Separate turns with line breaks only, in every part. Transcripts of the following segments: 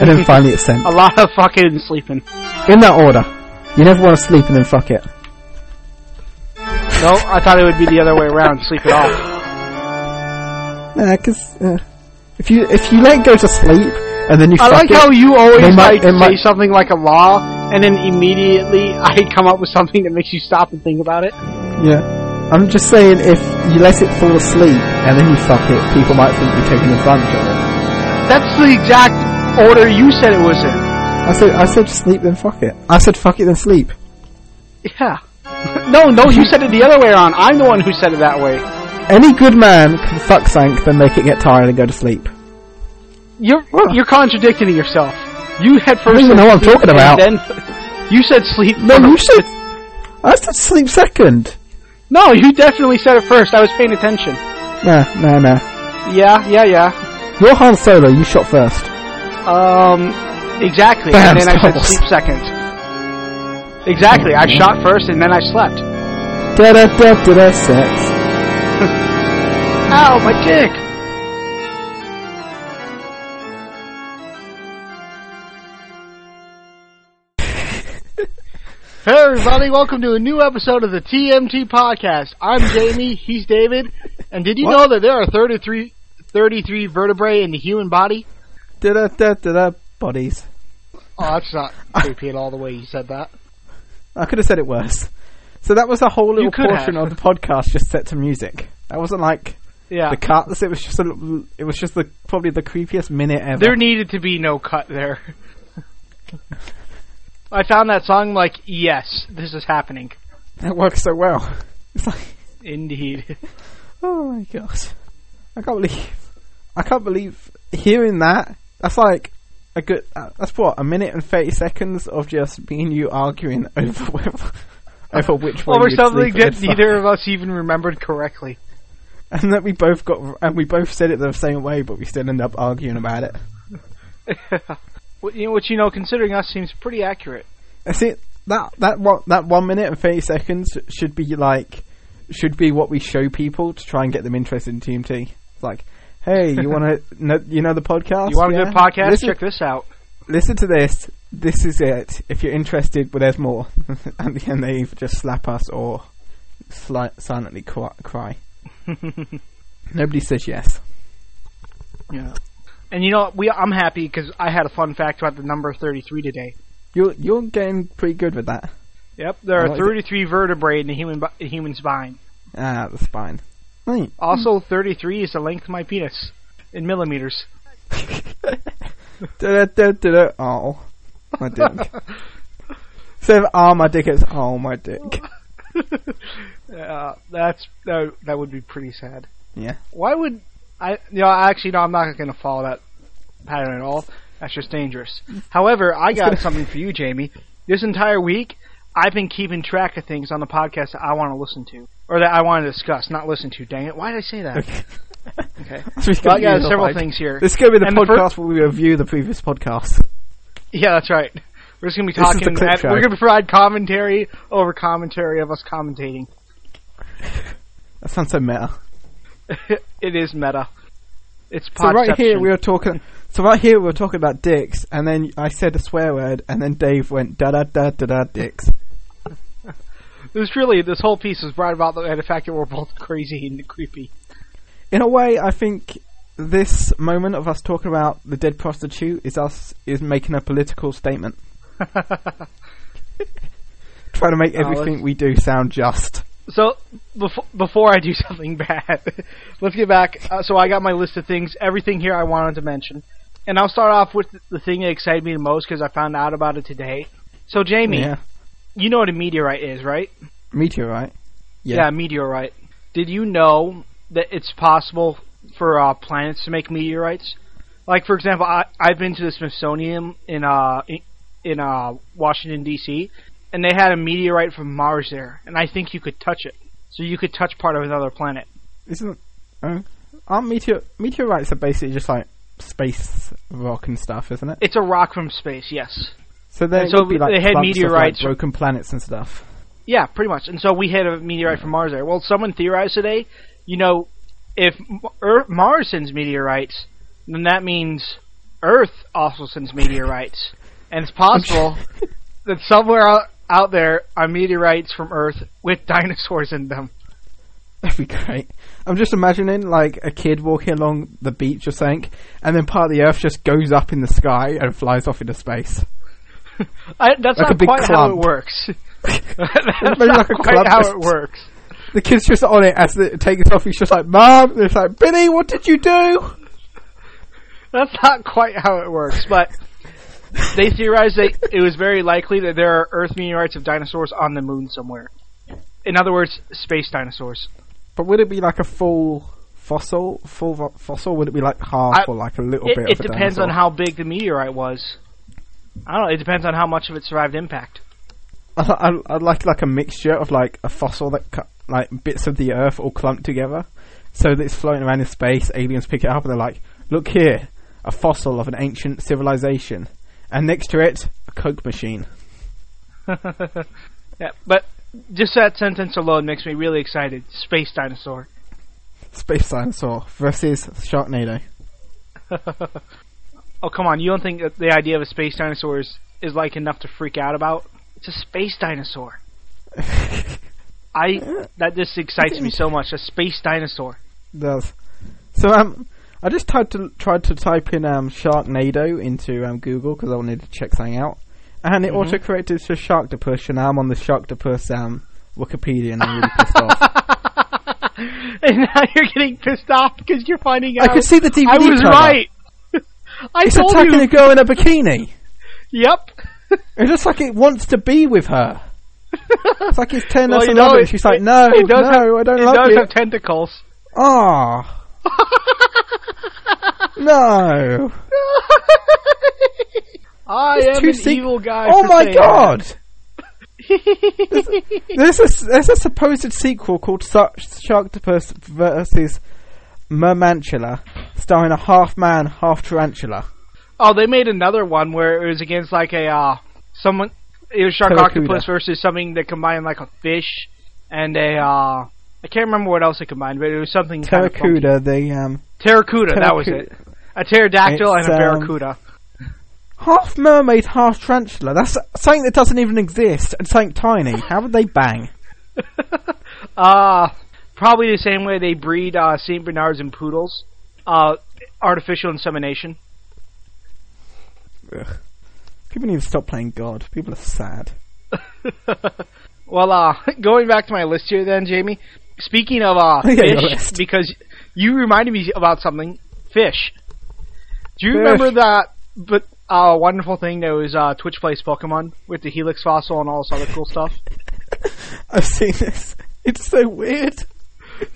and then finally it's sent.
A lot of fucking sleeping.
In that order. You never want to sleep and then fuck it.
No, I thought it would be the other way around. Sleep it off.
Nah, 'cause, uh, if you if you let go to sleep and then you
I
fuck
like
it,
how you always
They
like
might- they
say
might-
something like a law, and then immediately I come up with something that makes you stop and think about it.
yeah. I'm just saying if you let it fall asleep and then you fuck it, people might think you're taking advantage of it.
That's the exact order you said it was in.
I said I said sleep then fuck it. I said fuck it then sleep.
Yeah. No, no, you said it the other way around. I'm the one who said it that way.
Any good man can fuck sank then make it get tired and go to sleep.
You're
What?
you're contradicting yourself. You had first.
don't even know what I'm
said
talking
sleep,
about.
and Then you said sleep.
No, you
first.
said I said sleep second.
No, you definitely said it first. I was paying attention.
Nah, nah, nah.
Yeah, yeah, yeah.
You're Han Solo, you shot first.
Um, exactly.
Bam,
and then I
Star
said
Wars.
sleep second. Exactly.
Mm-hmm.
I shot first and then I slept.
Da da da da da sex.
Ow, my dick!
Hey everybody, welcome to a new episode of the TMT podcast. I'm Jamie, he's David, and did you
What?
know that there are 33, 33 vertebrae in the human body?
Da da da da da bodies.
Oh, that's not creepy at all the way you said that.
I could have said it worse. So that was a whole little
could
portion
have.
of the podcast just set to music. That wasn't like
Yeah.
the cuts. It was just a, little- it was just the probably the creepiest minute ever.
There needed to be no cut there. I found that song like, yes, this is happening.
That works so well. It's like
Indeed.
oh my god, I can't believe I can't believe hearing that. That's like a good. uh, That's what a minute and thirty seconds of just me and you arguing over whether, over which way
Over
you'd
something
sleep or
that
you'd fuck.
neither of us even remembered correctly.
and that we both got and we both said it the same way, but we still end up arguing about it.
What you know, which, you know, considering us, seems pretty accurate.
I see that that one that one minute and thirty seconds should be like should be what we show people to try and get them interested in TMT. Like, hey, you want to know, you know the podcast?
You want a
Yeah?
good podcast?
Listen,
Check this out.
listen to this. This is it. If you're interested, but there's more. and then they either just slap us or sli- silently cry. cry. Nobody says yes.
Yeah. And you know, we I'm happy because I had a fun fact about the number 33 today.
You're you're getting pretty good with that.
Yep, there
I
are
like it.
33 vertebrae in the human bo- in human spine.
Ah, the spine. Right.
Also, 33 is the length of my penis in millimeters.
da, da, da, da, da. Oh, my dick. so, oh, my dick is, oh, my dick.
Uh, that's that, that would be pretty sad.
Yeah.
Why would I? You know, actually, no, I'm not going to follow that pattern at all. That's just dangerous. However, I got something for you, Jamie. This entire week, I've been keeping track of things on the podcast that I want to listen to or that I want to discuss, not listen to. Dang it! Why did I say that? Okay. Well, I got several things here.
This is going to be the
And the fir-
podcast where we review the previous podcast.
Yeah, that's right. We're just gonna be
This is the
talking.
clip
at-
show.
we're gonna provide commentary over commentary of us commentating.
That sounds so meta.
it is meta. It's
So right here
podception.
we were talking. So right here we were talking about dicks, and then I said a swear word, and then Dave went da da da da da dicks.
This really, this whole piece was brought about by the fact that we're both crazy and creepy.
In a way, I think this moment of us talking about the dead prostitute is us is making a political statement. Trying to make
Oh, let's-
everything we do sound just.
So before before I do something bad, let's get back. Uh, so I got my list of things, everything here I wanted to mention, and I'll start off with the thing that excited me the most because I found out about it today. So Jamie,
Yeah.
you know what a meteorite is, right?
Meteorite.
Yeah, meteorite. Did you know that it's possible for uh, planets to make meteorites? Like, for example, I, I've been to the Smithsonian in uh in, in uh Washington D.C. and they had a meteorite from Mars there, and I think you could touch it. So you could touch part of another planet.
Isn't uh, aren't meteor meteorites are basically just like space rock and stuff, isn't it?
It's a rock from space, yes.
So there
And so
would be like
they had
clumps of, like,
meteorites-
broken planets and stuff.
Yeah, pretty much. And so we hit a meteorite from Mars there. Well, someone theorized today, you know, if M- Earth, Mars sends meteorites, then that means Earth also sends meteorites, and it's possible that somewhere out, out there are meteorites from Earth with dinosaurs in them.
That'd be great. I'm just imagining like a kid walking along the beach or something, and then part of the Earth just goes up in the sky and flies off into space.
I, that's
Like a
not
big
quite how it
clump.
works. that's
Maybe
not
like a
quite
clump.
how it works.
The kid's just on it as it takes off. He's just like, "Mom," and it's like, "Billy, what did you do?"
That's not quite how it works, but they theorized that it was very likely that there are Earth meteorites of dinosaurs on the moon somewhere. In other words, space dinosaurs.
But would it be like a full fossil? Full vo- fossil? Would it be like half
I-
or like a little
It,
bit? of
it
a
depends
dinosaur?
on how big the meteorite was. I don't know. It depends on how much of it survived impact.
I'd, I'd, I'd like like a mixture of like a fossil that cut like bits of the earth all clumped together, so that it's floating around in space. Aliens pick it up and they're like, "Look here, a fossil of an ancient civilization," and next to it, a Coke machine.
Yeah, but just that sentence alone makes me really excited. Space dinosaur.
Space dinosaur versus Sharknado.
Oh come on! You don't think that the idea of a space dinosaur is, is like enough to freak out about? It's a space dinosaur. I that just excites me so much. A space dinosaur.
does. So um, I just tried to tried to type in um Sharknado into um Google because I wanted to check something out, and it auto corrected to Sharktopus, and now I'm on the Sharktopus um Wikipedia, and I'm really pissed off.
and now you're getting pissed off because you're finding out.
I could see the DVD
I was
cover.
right. I
It's
told
attacking
you.
a girl in a bikini.
Yep.
It looks like it wants to be with her. It's like it's telling
Well,
us to
you know,
love it.
it-
She's like, no,
it does
no,
have-
I don't
it
love
does
you.
have tentacles.
Ah, no.
I
It's
am
too
an
sec-
evil guy.
Oh
for
my
saying
god! there's, a, there's a supposed sequel called Shark- Sharktopus versus Mermantula, starring a half man, half tarantula.
Oh, they made another one where it was against like a uh, someone. It was shark
Barracuda.
octopus versus something that combined like a fish and a. Uh, I can't remember what else it combined, but it was something. kind of funky.
Terracuda, the um,
Terracuda. That was it. A pterodactyl
It's,
and
um,
a barracuda.
half mermaid, half tarantula. That's something that doesn't even exist and something tiny. How would they bang?
Uh, probably the same way they breed uh, Saint Bernards and poodles. Uh, artificial insemination.
People need to stop playing God. People are sad.
Well, uh, going back to my list here, then Jamie. Speaking of uh,
Yeah, your
fish,
list.
because you reminded me about something. Fish. Do you
Fish.
remember that? But uh, wonderful thing that was uh, Twitch plays Pokemon with the Helix fossil and all this other cool stuff.
I've seen this. It's so weird.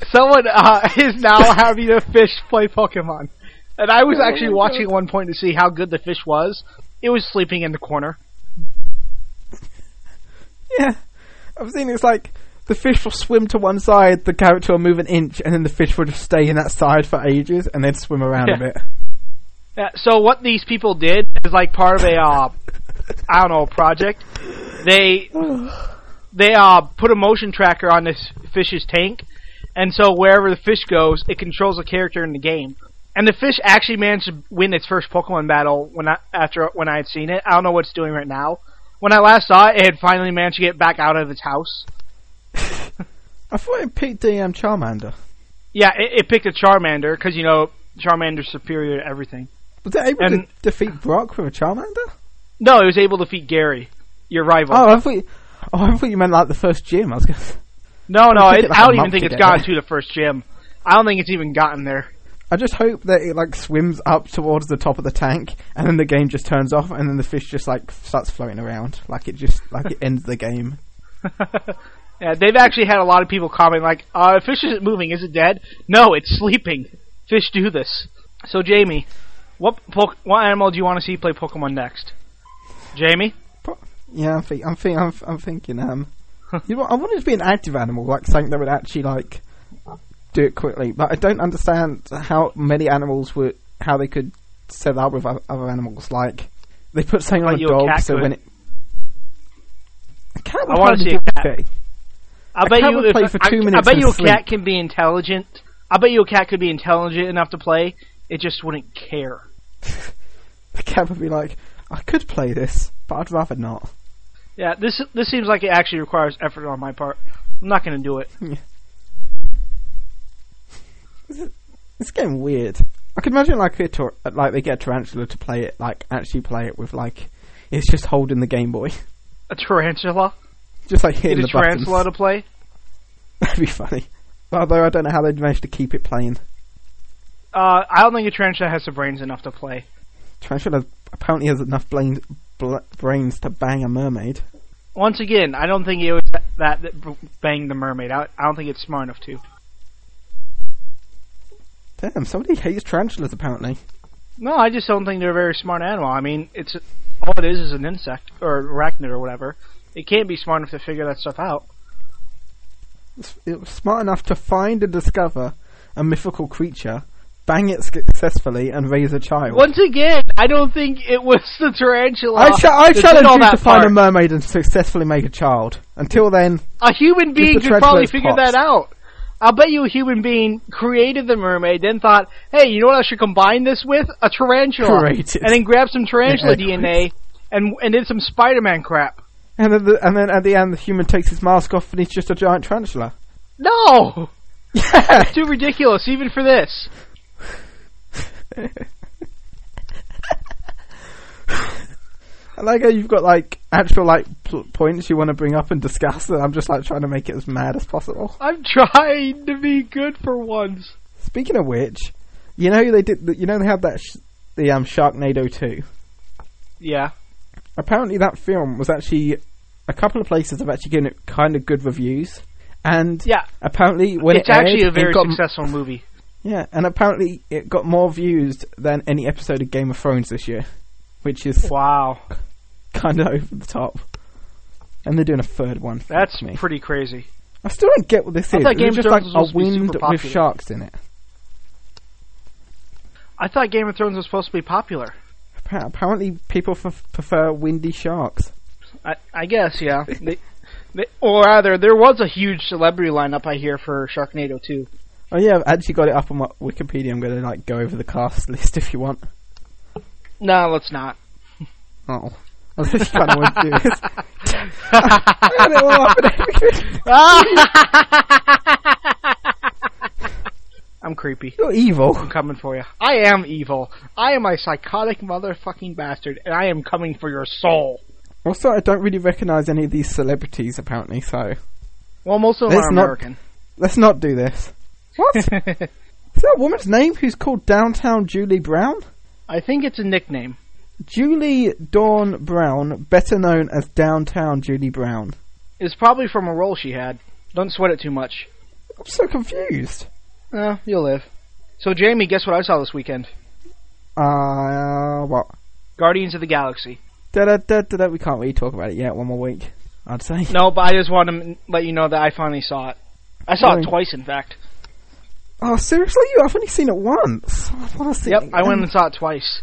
Someone uh, is now having a fish play Pokemon, and I was actually watching at one point to see how good the fish was. It was sleeping in the corner.
Yeah. I've seen it's like the fish will swim to one side, the character will move an inch, and then the fish will just stay in that side for ages and then swim around
Yeah.
a bit.
Uh, so what these people did is like part of a uh, I don't know project. They they uh put a motion tracker on this fish's tank, and so wherever the fish goes, it controls a character in the game. And the fish actually managed to win its first Pokemon battle when I after when I had seen it. I don't know what it's doing right now. When I last saw it, it had finally managed to get back out of its house.
I thought it picked the um, Charmander.
Yeah, it, it picked a Charmander because you know Charmander's superior to everything.
Was it able
And-
to defeat Brock with a Charmander?
No, it was able to defeat Gary, your rival.
Oh, I thought. You, oh, I thought you meant like the first gym. I was going. to
No, no,
took
it,
it like
I
a
don't even
month
think
to
it's
get
gotten
there.
to the first gym. I don't think it's even gotten there.
I just hope that it like swims up towards the top of the tank, and then the game just turns off, and then the fish just like starts floating around, like it just like it ends the game.
Yeah, they've actually had a lot of people comment like, uh, "Fish isn't moving, is it dead? No, it's sleeping. Fish do this." So, Jamie, what po- what animal do you want to see play Pokemon next? Jamie,
Yeah, I'm, think, I'm, think, I'm, I'm thinking. Um, you know, what, I wanted to be an active animal, like something that would actually like do it quickly. But I don't understand how many animals would how they could set up with o- other animals. Like they put something
Like
on a
your
dog,
cat
so
could.
when it a cat would
I wanna
probably
see a
do
cat.
okay.
I
A
bet
cat
you
would
if
play for
I-
two
I,
minutes
bet
and
you a cat
sleep.
can be intelligent. I bet you a cat could be intelligent enough to play. It just wouldn't care.
the cab would be like, I could play this, but I'd rather not.
Yeah, this this seems like it actually requires effort on my part. I'm not going to do it.
It's getting weird. I could imagine like a tor- like they get Tarantula to play it, like actually play it with like it's just holding the Game Boy,
A tarantula?
just like
Get
hitting
a
the buttons.
tarantula to play?
That'd be funny. Although I don't know how they'd manage to keep it playing.
Uh, I don't think a tarantula has the brains enough to play.
Tarantula apparently has enough brains, bl- brains to bang a mermaid.
Once again, I don't think it was that that, that b- banged the mermaid. I, I don't think it's smart enough to.
Damn, somebody hates tarantulas apparently.
No, I just don't think they're a very smart animal. I mean, it's all it is is an insect or arachnid or whatever. It can't be smart enough to figure that stuff out.
It's- It was smart enough to find and discover a mythical creature, bang it successfully, and raise a child.
Once again, I don't think it was the tarantula.
I, cha- I
that did all
challenge you
that
to find a
part.
mermaid and successfully make a child. Until then,
A human being
Just the
could probably
tarantula's
figure
pops.
that out. I'll bet you a human being created the mermaid, then thought, "Hey, you know what? I should combine this with a tarantula,"
Created.
and then grabbed some tarantula
Yeah,
DNA and and did some Spider-Man crap.
and then, the, and then at the end, the human takes his mask off and he's just a giant tarantula.
No,
Yeah.
too ridiculous, even for this.
I like how you've got like actual like pl- points you want to bring up and discuss, and I'm just like trying to make it as mad as possible.
I'm trying to be good for once.
Speaking of which, you know they did. You know they had that sh- the um Sharknado two.
Yeah,
Apparently, that film was actually a couple of places have actually given it kind of good reviews, and
yeah.
apparently when
it's
it aired,
actually a very
it got,
successful movie.
Yeah, and apparently it got more views than any episode of Game of Thrones this year, which is
Wow,
kind of over the top. And they're doing a third one. Fuck
that's
me.
pretty crazy.
I still don't get what this
I
is.
thought
It's
Game of
just like
Thrones was
a
supposed to be
wind
super
with
popular.
sharks in it.
I thought Game of Thrones was supposed to be popular.
Appa- Apparently, people f- prefer windy sharks.
I, I guess, yeah. they, they, or rather, there was a huge celebrity lineup I hear for Sharknado 2.
Oh yeah, I've actually got it up on my Wikipedia. I'm going to like go over the cast list if you want.
No, let's not.
Oh, I just kind of want to do this. I got it all up and everything.
I'm creepy.
You're evil.
I'm coming for you. I am evil. I am a psychotic motherfucking bastard, and I am coming for your soul.
Also, I don't really recognise any of these celebrities apparently. So
Well, most of them
Let's
are
not-
American.
let's not do this. What? Is that a woman's name who's called Downtown Julie Brown?
I think it's a nickname.
Julie Dawn Brown, better known as Downtown Julie Brown.
It's probably from a role she had. Don't sweat it too much.
I'm so confused.
Uh, you'll live. So, Jamie, guess what I saw this weekend?
Uh, what?
Guardians of the Galaxy.
Da da da da. We can't really talk about it yet. One more week, I'd say.
No, but I just want to m- let you know that I finally saw it. I saw
Really?
it twice, in fact.
Oh, seriously? You? I've only seen it once. I want to see
Yep,
it.
I went
again.
and saw it twice.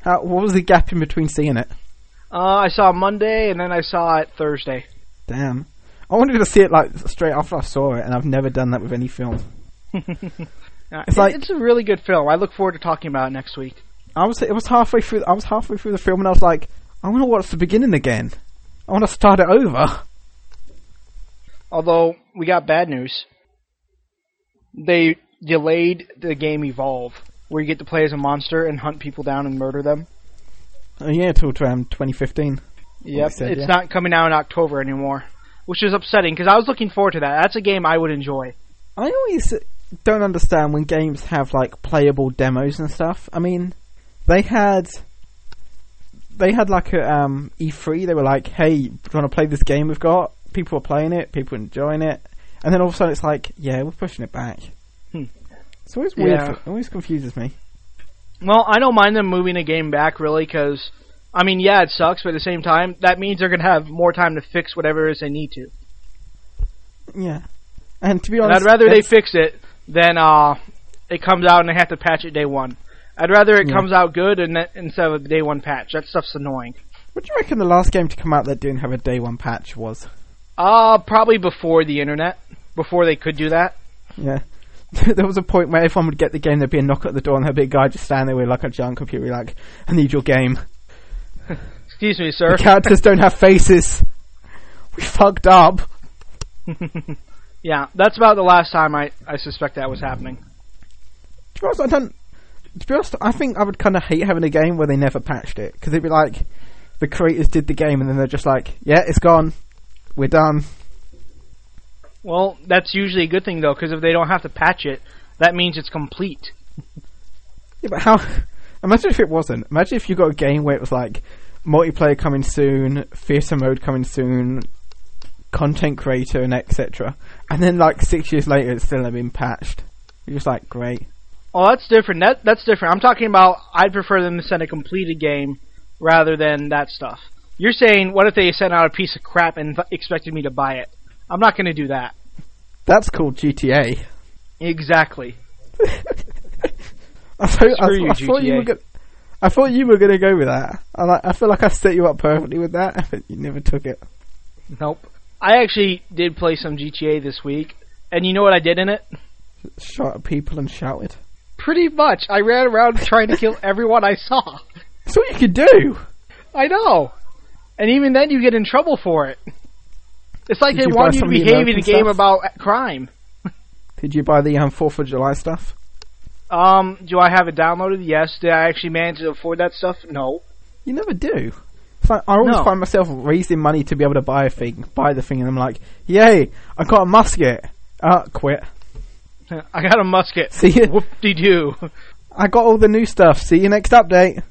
How, what was the gap in between seeing it?
Uh, I saw it Monday, and then I saw it Thursday.
Damn. I wanted to see it like straight after I saw it, and I've never done that with any film.
Uh,
It's like-
it's a really good film. I look forward to talking about it next week.
I was it was halfway through. I was halfway through the film, and I was like, I want to watch the beginning again. I want to start it over.
Although we got bad news, they delayed the game Evolve, where you get to play as a monster and hunt people down and murder them.
Oh, yeah, till around 2015.
Yep,
said,
it's
yeah.
not coming out in October anymore, which is upsetting because I was looking forward to that. That's a game I would enjoy.
I always don't understand when games have like playable demos and stuff. I mean, they had they had like a um, E3. They were like, "Hey, do you want to play this game we've got?" People are playing it. People are enjoying it. And then all of a sudden, it's like, "Yeah, we're pushing it back."
Hmm.
It's always weird.
Yeah.
It always confuses me.
Well, I don't mind them moving the game back really because, I mean, yeah, it sucks, but at the same time, that means they're gonna have more time to fix whatever it is they need to.
Yeah. And to be
And
honest,
I'd rather they
it's-
fix it than uh, it comes out and they have to patch it day one. I'd rather it
Yeah.
comes out good and that, instead of the day one patch. That stuff's annoying.
What do you reckon the last game to come out that didn't have a day one patch was?
Uh, probably before the internet, before they could do that.
Yeah. there was a point where everyone would get the game, there'd be a knock at the door, and there'd be a guy just standing there with like a giant computer, like, I need your game.
Excuse me, sir.
The characters don't have faces. We fucked up.
Yeah, that's about the last time I, I suspect that was happening.
To be honest, I don't. To be honest, I think I would kind of hate having a game where they never patched it because it'd be like the creators did the game and then they're just like, "Yeah, it's gone, we're done."
Well, that's usually a good thing though, because if they don't have to patch it, that means it's complete.
Yeah, but how? Imagine if it wasn't. Imagine if you got a game where it was like multiplayer coming soon, theater mode coming soon, content creator, and etc. And then like six years later, it's still not been patched. You're just like, great.
Well, Oh, that's different. That that's different. I'm talking about. I'd prefer them to send a completed game rather than that stuff. You're saying, what if they sent out a piece of crap and th- expected me to buy it? I'm not going to do that.
That's called GTA.
Exactly.
I thought, I,
Screw you,
I thought you
GTA.
were gonna, I thought you were going to go with that. I, like, I feel like I set you up perfectly with that, but you never took it.
Nope. I actually did play some GTA this week, and you know what I did in it?
Shot at people and shouted.
Pretty much, I ran around trying to kill everyone I saw.
That's all you could do.
I know. And even then, you get in trouble for it. It's like
Did
they
you buy
want you to
some of the
behave in a
American
game
stuff?
about uh, crime.
Did you buy the um, Fourth of July stuff?
Um, do I have it downloaded? Yes. Did I actually manage to afford that stuff? No.
You never do. It's like I always
No.
find myself raising money to be able to buy a thing, buy the thing, and I'm like, "Yay! I got a musket." Uh, quit.
I got a musket.
See you.
Whoop de doo.
I got all the new stuff. See you next update.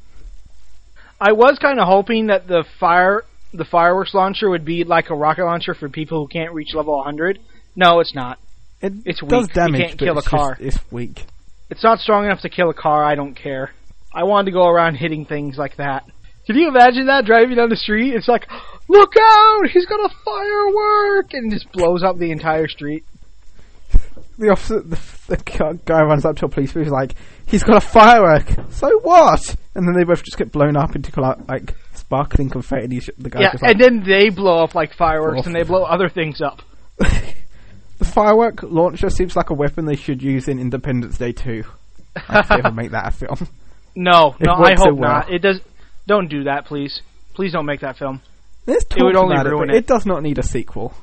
I was kind of hoping that the fire, the fireworks launcher would be like a rocket launcher for people who can't reach level 100. No, it's not.
It
It's weak.
does
You
damage,
can't
but
kill a
it's just-
car.
it's weak.
It's not strong enough to kill a car. I don't care. I wanted to go around hitting things like that. Can you imagine that driving down the street? It's like, look out! He's got a firework, and just blows up the entire street.
The officer, the, the gu- guy runs up to a policeman. He's like, "He's got a firework." So what? And then they both just get blown up into like, like sparkling confetti. and he's- The guy
yeah,
just like,
and then they blow up like fireworks,
Awful.
and they blow other things up.
the firework launcher seems like a weapon they should use in Independence Day 2. If they ever make that a film.
No,
It
no, I
worked so
hope
well.
not. It does. Don't do that, please. Please don't make that film.
There's talk
would only
about
ruin
it, but
it.
it does not need a sequel.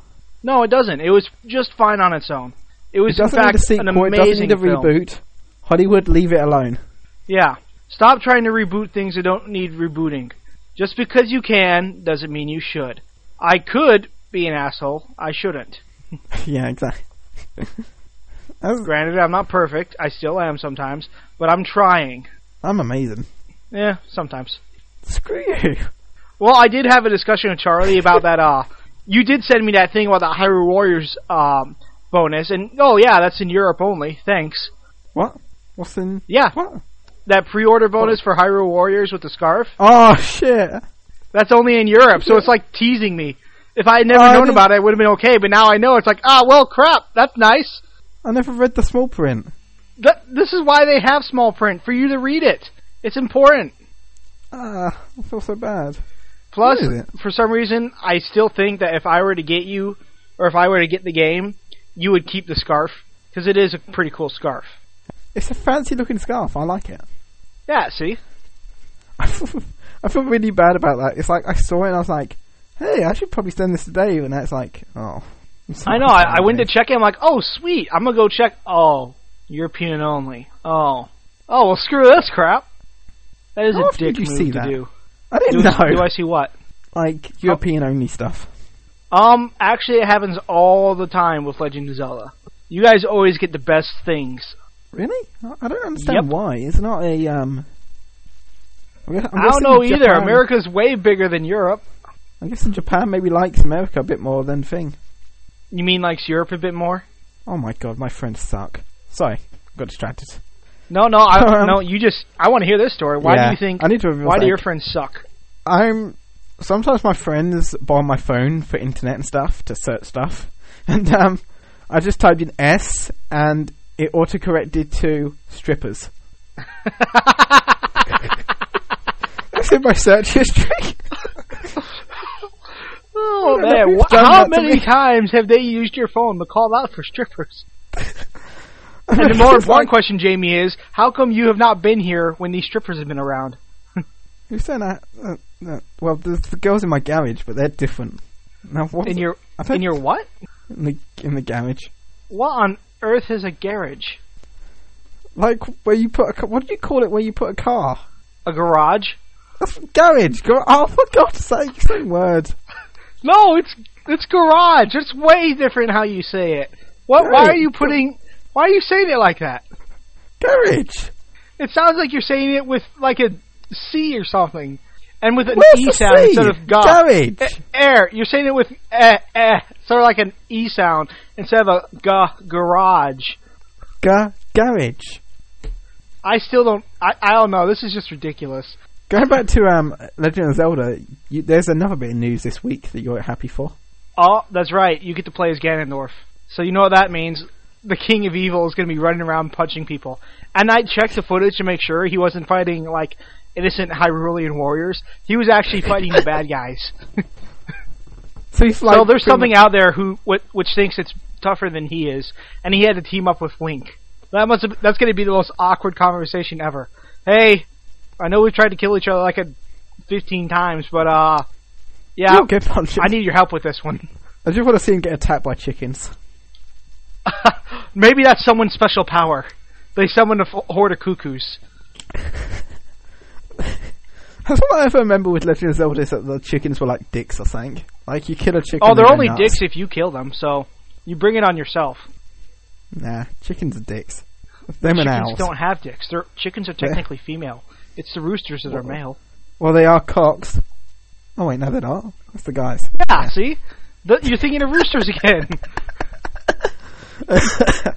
No, it doesn't. It was just fine on its own. It
It
was in
doesn't need
fact
a sequel.
an
It doesn't
amazing
need a
film.
reboot. Hollywood, leave it alone.
Yeah. Stop trying to reboot things that don't need rebooting. Just because you can doesn't mean you should. I could be an asshole. I shouldn't.
yeah, exactly. That's-
Granted, I'm not perfect. I still am sometimes, but I'm trying.
I'm amazing.
Yeah, sometimes.
Screw you.
Well, I did have a discussion with Charlie about that. Uh, you did send me that thing about the Hyrule Warriors um, bonus, and oh yeah, that's in Europe only. Thanks.
What? What's in.
Yeah,
What?
that pre-order bonus for Hyrule Warriors with the scarf.
Oh, shit.
That's only in Europe, so it's like teasing me. If I had never
Oh, I
known
didn't-
about it, it would have been okay. But now I know. It's like, ah, well, crap. That's nice.
I never read the small print.
Th- this is why they have small print for you to read it. It's important.
Ah, I feel so bad.
Plus,
What is it?
for some reason, I still think that if I were to get you, or if I were to get the game, you would keep the scarf because it is a pretty cool scarf.
It's a fancy looking scarf. I like it.
Yeah. See.
I feel, I feel really bad about that. It's like I saw it and I was like, hey, I should probably send this today. And that's like, oh. I'm so
I know. I, I
sorry.
went to check it. I'm like, oh, sweet. I'm gonna go check. Oh, European only. Oh. Oh well, screw this crap. That is
How
a
often
dick
did you
move
see
to
that?
do.
I
Do,
didn't know.
do I Oh. see what?
Like European only stuff.
Um, actually, it happens all the time with Legend of Zelda. You guys always get the best things.
Really? I- I don't understand
Yep.
why. It's not a um. I'm guess- I'm
I don't
guessing
know either.
Japan-
America's way bigger than Europe.
I guess in Japan maybe likes America a bit more than thing.
You mean likes Europe a bit more?
Oh my god, my friends suck. Sorry, got distracted.
No, no, I
Um,
no. You just I want to hear this story. Why
Yeah.
do you think?
I need to reveal
why do
that.
your friends suck?
I'm sometimes my friends borrow my phone for internet and stuff to search stuff, and um, I just typed in S and it auto corrected to strippers. That's in my search history.
Oh
I don't know
man,
who's
wh-
done that
how
to
many
me.
times have they used your phone to call out for strippers? And the more
It's
important
like-
question, Jamie, is how come you have not been here when these strippers have been around?
Who said that? Uh, uh, well, there's the girls in my garage, but they're different. Now, what?
In your
I don't-
in your what?
in the in the garage,
What on earth is a garage?
like where you put a ca- what do you call it? Where you put a car?
A garage?
That's garage. Gar- oh, for God's sake, same word.
No, it's it's garage. It's way different how you say it. What? Why are
Right.
you putting? Why are you saying it like that?
Garage.
It sounds like you're saying it with like a C or something, and with an
Where's
E
the
sound
C?
instead of ga.
Garage.
Eh, air. You're saying it with eh, eh, sort of like an E sound instead of a ga garage.
Ga- garage.
I still don't. I, I don't know. This is just ridiculous.
Going back to um, Legend of Zelda, you, there's another bit of news this week that you're happy for.
Oh, that's right. You get to play as Ganondorf. So you know what that means. The King of Evil is going to be running around punching people. And I checked the footage to make sure he wasn't fighting like innocent Hyrulean warriors. He was actually fighting the bad guys.
So he's like,
so there's something out there who whi- which thinks it's tougher than he is, and he had to team up with Link. That must have, that's going to be the most awkward conversation ever. Hey, I know we've tried to kill each other like a 15 times, but uh, yeah,
You'll get punched.
I need your help with this one.
I just want to see him get attacked by chickens.
Maybe that's someone's special power. They summon a f- horde of cuckoos.
That's all I ever remember with Legend of Zelda is that the chickens were like dicks or something. Like you kill a chicken.
Oh,
they
they're
go
only
nuts.
dicks if you kill them, so you bring it on yourself.
Nah, chickens are dicks. Them and
chickens
owls.
don't have dicks. They're, chickens are technically female. It's the roosters that are male.
Well, they are cocks. Oh wait, no, they're not. That's the guys.
Ah, see? The, you're thinking of roosters again.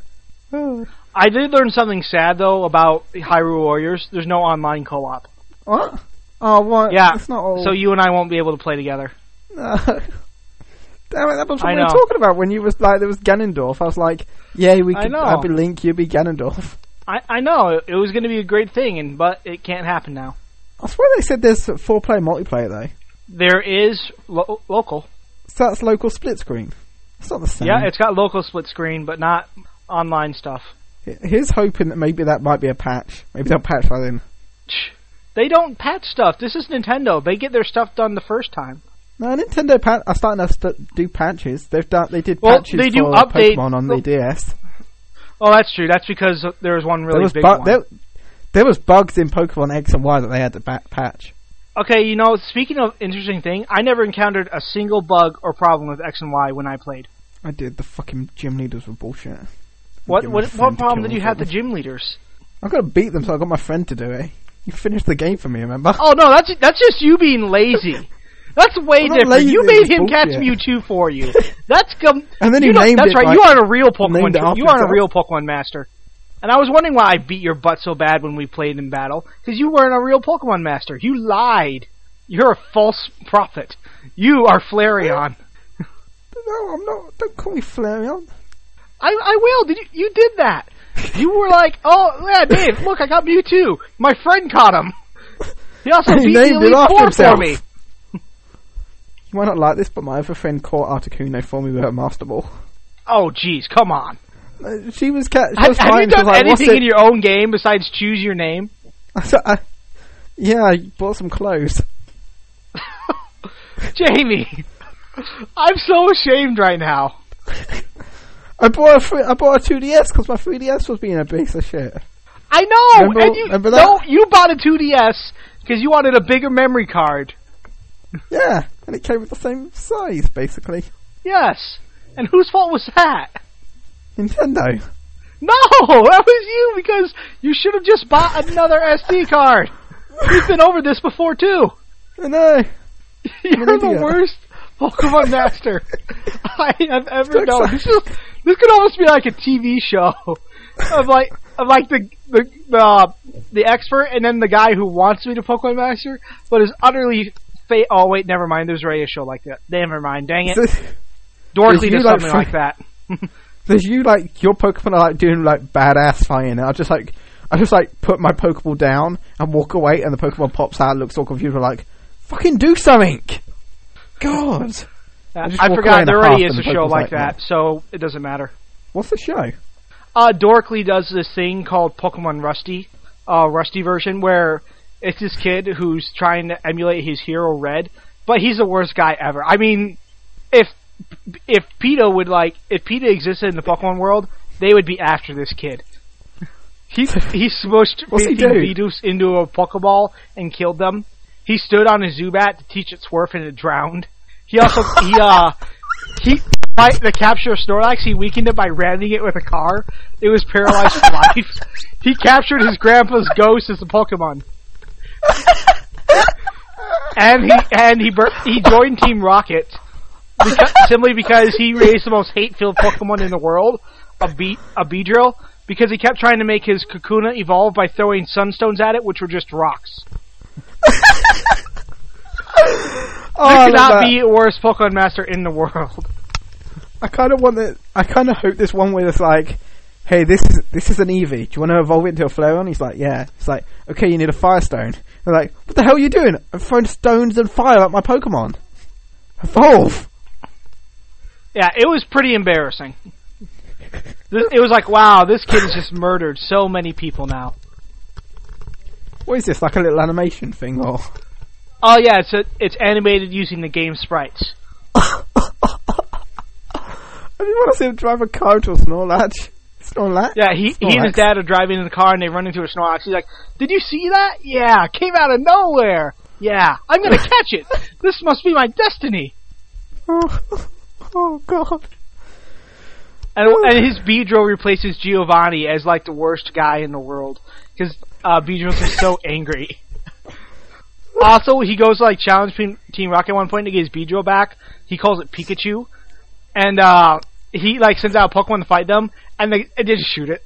Oh.
I did learn something sad, though, about Hyrule Warriors. There's no online co op.
What? Oh, what?
Yeah.
It's not all.
So you and I won't be able to play together.
No. Damn it, that was what
I
we were
know.
talking about when you was like, there was Ganondorf. I was like, yeah, we
I
could,
know.
I'd be Link, you'd be Ganondorf.
I, I know, it, it was going to be a great thing, and but it can't happen now.
I swear they said there's four player multiplayer though.
There is lo- local.
So that's local split screen. It's not the same.
Yeah, it's got local split screen, but not online stuff.
Here's hoping that maybe that might be a patch. Maybe they'll patch that in.
Tch. They don't patch stuff. This is Nintendo. They get their stuff done the first time.
No, Nintendo pat- are starting to st- do patches. They've done they did
Well,
patches
they do
for
update-
Pokemon on the
well,
DS.
Oh, that's true. That's because there was one
there
really
was
big
bu-
one.
there, there was bugs in Pokemon X and Y that they had to ba- patch.
Okay, you know, speaking of interesting thing, I never encountered a single bug or problem with X and Y when I played.
I did. The fucking gym leaders were bullshit. I
What
get my
what,
friend
what
to
problem
kill
did you
them.
have the gym leaders?
I've got to beat them, so I got my friend to do it. You finished the game for me, remember?
Oh no, that's that's just you being lazy. That's way
I'm not
different. you
lazy,
made
it's
him catch
bullshit.
Mewtwo for you. That's com-
And then
you
he
don't-
named
That's
it
right.
by-
You aren't a real Pokemon.
named it after
You aren't a
himself.
real Pokemon master. And I was wondering why I beat your butt so bad when we played in battle because you weren't a real Pokemon master. You lied. You're a false prophet. You are Flareon.
No, I'm not. Don't call me Flareon.
I, I will. Did you, you did that? You were like, oh yeah, Dave, look, I got Mewtwo. My friend caught him. He also
He
beat the
named it
Elite
after
Four
himself.
for me.
You might not like this, but my other friend caught Articuno for me with her Master Ball.
Oh, jeez, come on.
Uh, She was ca- she
Have,
was
have you
fine. She was
done
like, "What's
anything
it?"
in your own game besides choose your name?
I said, I- yeah, I bought some clothes.
Jamie, I'm so ashamed right now.
I bought a free, I bought a 2DS because my 3DS was being a piece of shit.
I know,
Remember-
and you
remember that?
no, you bought a 2DS because you wanted a bigger memory card.
Yeah, and it came with the same size basically.
Yes, and whose fault was that?
Nintendo.
No, that was you because you should have just bought another SD card. We've been over this before too.
I know.
You're
an
the
idiot.
worst Pokemon master I have ever
Don't
known.
say-
This, is, this could almost be like a TV show of like of like the the the, uh, the expert and then the guy who wants to be the Pokemon master but is utterly fa- Oh wait, never mind. There's already a show like that. Never mind. Dang it.
There's,
Dorothy
you
does
like
something
fa-
like that.
there's you like your Pokemon are like doing like badass fighting. I just like I just like put my Pokeball down and walk away, and the Pokemon pops out, looks all confused, and like fucking do something. God,
I
just walk away
forgot
in a
there already
huff
is a
and
show
Pokemon's like,
like that, so it doesn't matter.
what's the show? Oh,
uh, Dorkly does this thing called Pokemon Rusty, uh, Rusty version, where it's this kid who's trying to emulate his hero Red, but he's the worst guy ever. I mean, if if PETA would like, if PETA existed in the Pokemon world, they would be after this kid. He he smushed
What's he
15
do?
Beedus into a Pokeball and killed them. He stood on a Zubat to teach it Swerf and it drowned. He also he uh he by the capture of Snorlax, he weakened it by ramming it with a car. It was paralyzed for life. He captured his grandpa's ghost as a Pokemon. and he and he bur- he joined Team Rocket because, simply because he raised the most hate-filled Pokemon in the world, a beat a Beedrill, because he kept trying to make his Kakuna evolve by throwing sunstones at it, which were just rocks.
Oh,
There
I
could
love
not
that.
be a worse Pokemon master in the world.
I kind of want that. I kind of hope this one where it's like, "Hey, this is this is an Eevee. Do you want to evolve it into a Flareon?" He's like, "Yeah." It's like, "Okay, you need a Firestone." They're like, "What the hell are you doing? I'm throwing stones and fire at my Pokemon. Evolve."
Yeah, it was pretty embarrassing. Th- It was like, wow, this kid has just murdered so many people now.
What is this? Like a little animation thing, or
Oh yeah, it's a, it's animated using the game sprites.
I just want to see him drive a car into a Snorlax. Snorlax.
Yeah, he he and his
Snorlax.
dad are driving in the car and they run into a Snorlax. He's like, "Did you see that? Yeah, came out of nowhere. Yeah, I'm gonna catch it. This must be my destiny."
Oh, oh god.
And, and his Beedrill replaces Giovanni as like the worst guy in the world because uh, Beedrill's just so angry. Also, he goes like challenge Team- Team Rocket at one point to get his Beedrill back. He calls it Pikachu, and uh, he like sends out a Pokemon to fight them, and they, and they just shoot it.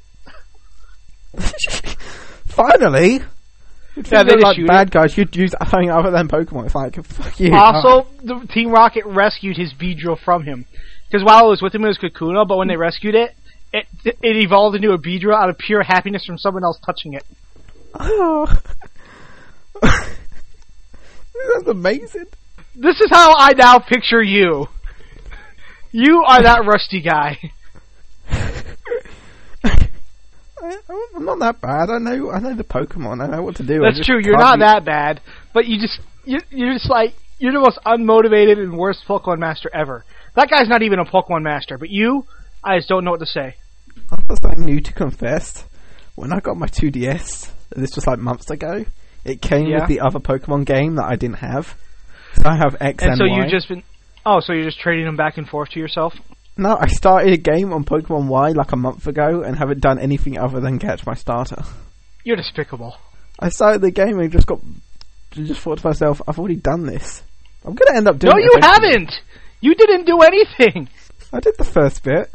Finally. If
Yeah,
yeah,
they
they're
just
like
shoot
bad guys. You'd use something other than Pokemon. It's like, fuck you.
Also, the Team Rocket rescued his Beedrill from him because while it was with him, it was Kakuna, but when they rescued it, it it evolved into a Beedrill out of pure happiness from someone else touching it.
Oh. That's amazing.
This is how I now picture you. You are that rusty guy.
I, I'm not that bad. I know. I know the Pokemon. I know what to do. I
That's
just
true. You're
can't
not
be-
that bad, but you just you you're just like you're the most unmotivated and worst Pokemon master ever. That guy's not even a Pokemon master, but you, I just don't know what to say.
I've got something new to confess. When I got my 2DS, this was like months ago. It came
Yeah.
with the other Pokemon game that I didn't have. So I have X
And so
Y.
you've just been oh, so you're just trading them back and forth to yourself.
No, I started a game on Pokemon Y like a month ago and haven't done anything other than catch my starter.
You're despicable.
I started the game and just got just thought to myself, I've already done this. I'm gonna end up doing.
no,
it
you
eventually.
haven't. You didn't do anything.
I did the first bit.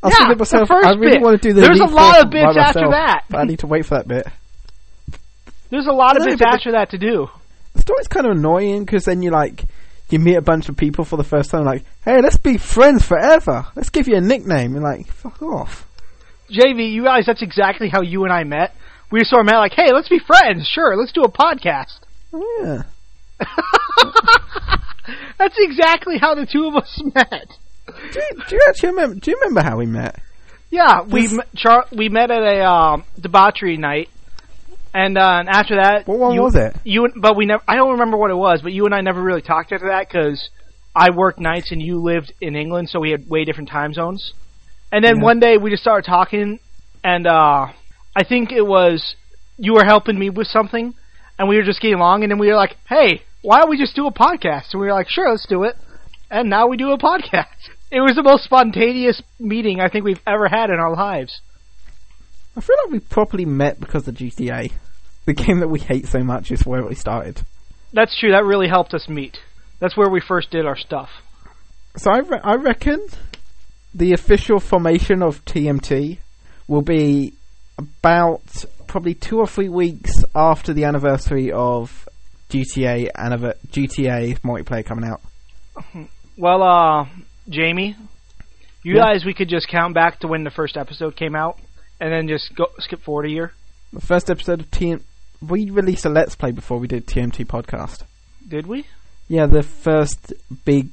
I
Yeah,
said to myself,
the first
I really
bit.
want to do the
There's a
Elite
lot
Four
of bits
by
after
myself,
that.
but I need to wait for that bit.
There's a lot of
No,
bits
but the-
after that to do.
The story's kind of annoying because then you like you meet a bunch of people for the first time, like, hey, let's be friends forever. Let's give you a nickname, and like, fuck off.
JV, you realize that's exactly how you and I met. We just sort of met like, hey, let's be friends. Sure, let's do a podcast.
Oh, Yeah,
That's exactly how the two of us met.
do you, do you actually remember? Do you remember how we met?
Yeah, we
This-
m- char- we met at a um, debauchery night, and, uh, and after that,
What one
you,
was it?
You and- but we never. I don't remember what it was, but you and I never really talked after that because I worked nights and you lived in England, so we had way different time zones. And then
Yeah.
one day we just started talking, and uh, I think it was you were helping me with something, and we were just getting along, and then we were like, "Hey, why don't we just do a podcast?" And we were like, "Sure, let's do it." And now we do a podcast. It was the most spontaneous meeting I think we've ever had in our lives.
I feel like we properly met because of GTA, the game that we hate so much is where we started.
That's true. That really helped us meet. That's where we first did our stuff.
So I, re- I reckon the official formation of TMT will be about probably two or three weeks after the anniversary of GTA anniver- GTA multiplayer coming out.
Well, uh, Jamie, you
Yeah.
realize we could just count back to when the first episode came out, and then just go skip forward a year,
The first episode of TM we released a let's play before we did TMT podcast.
did we?
Yeah, the first big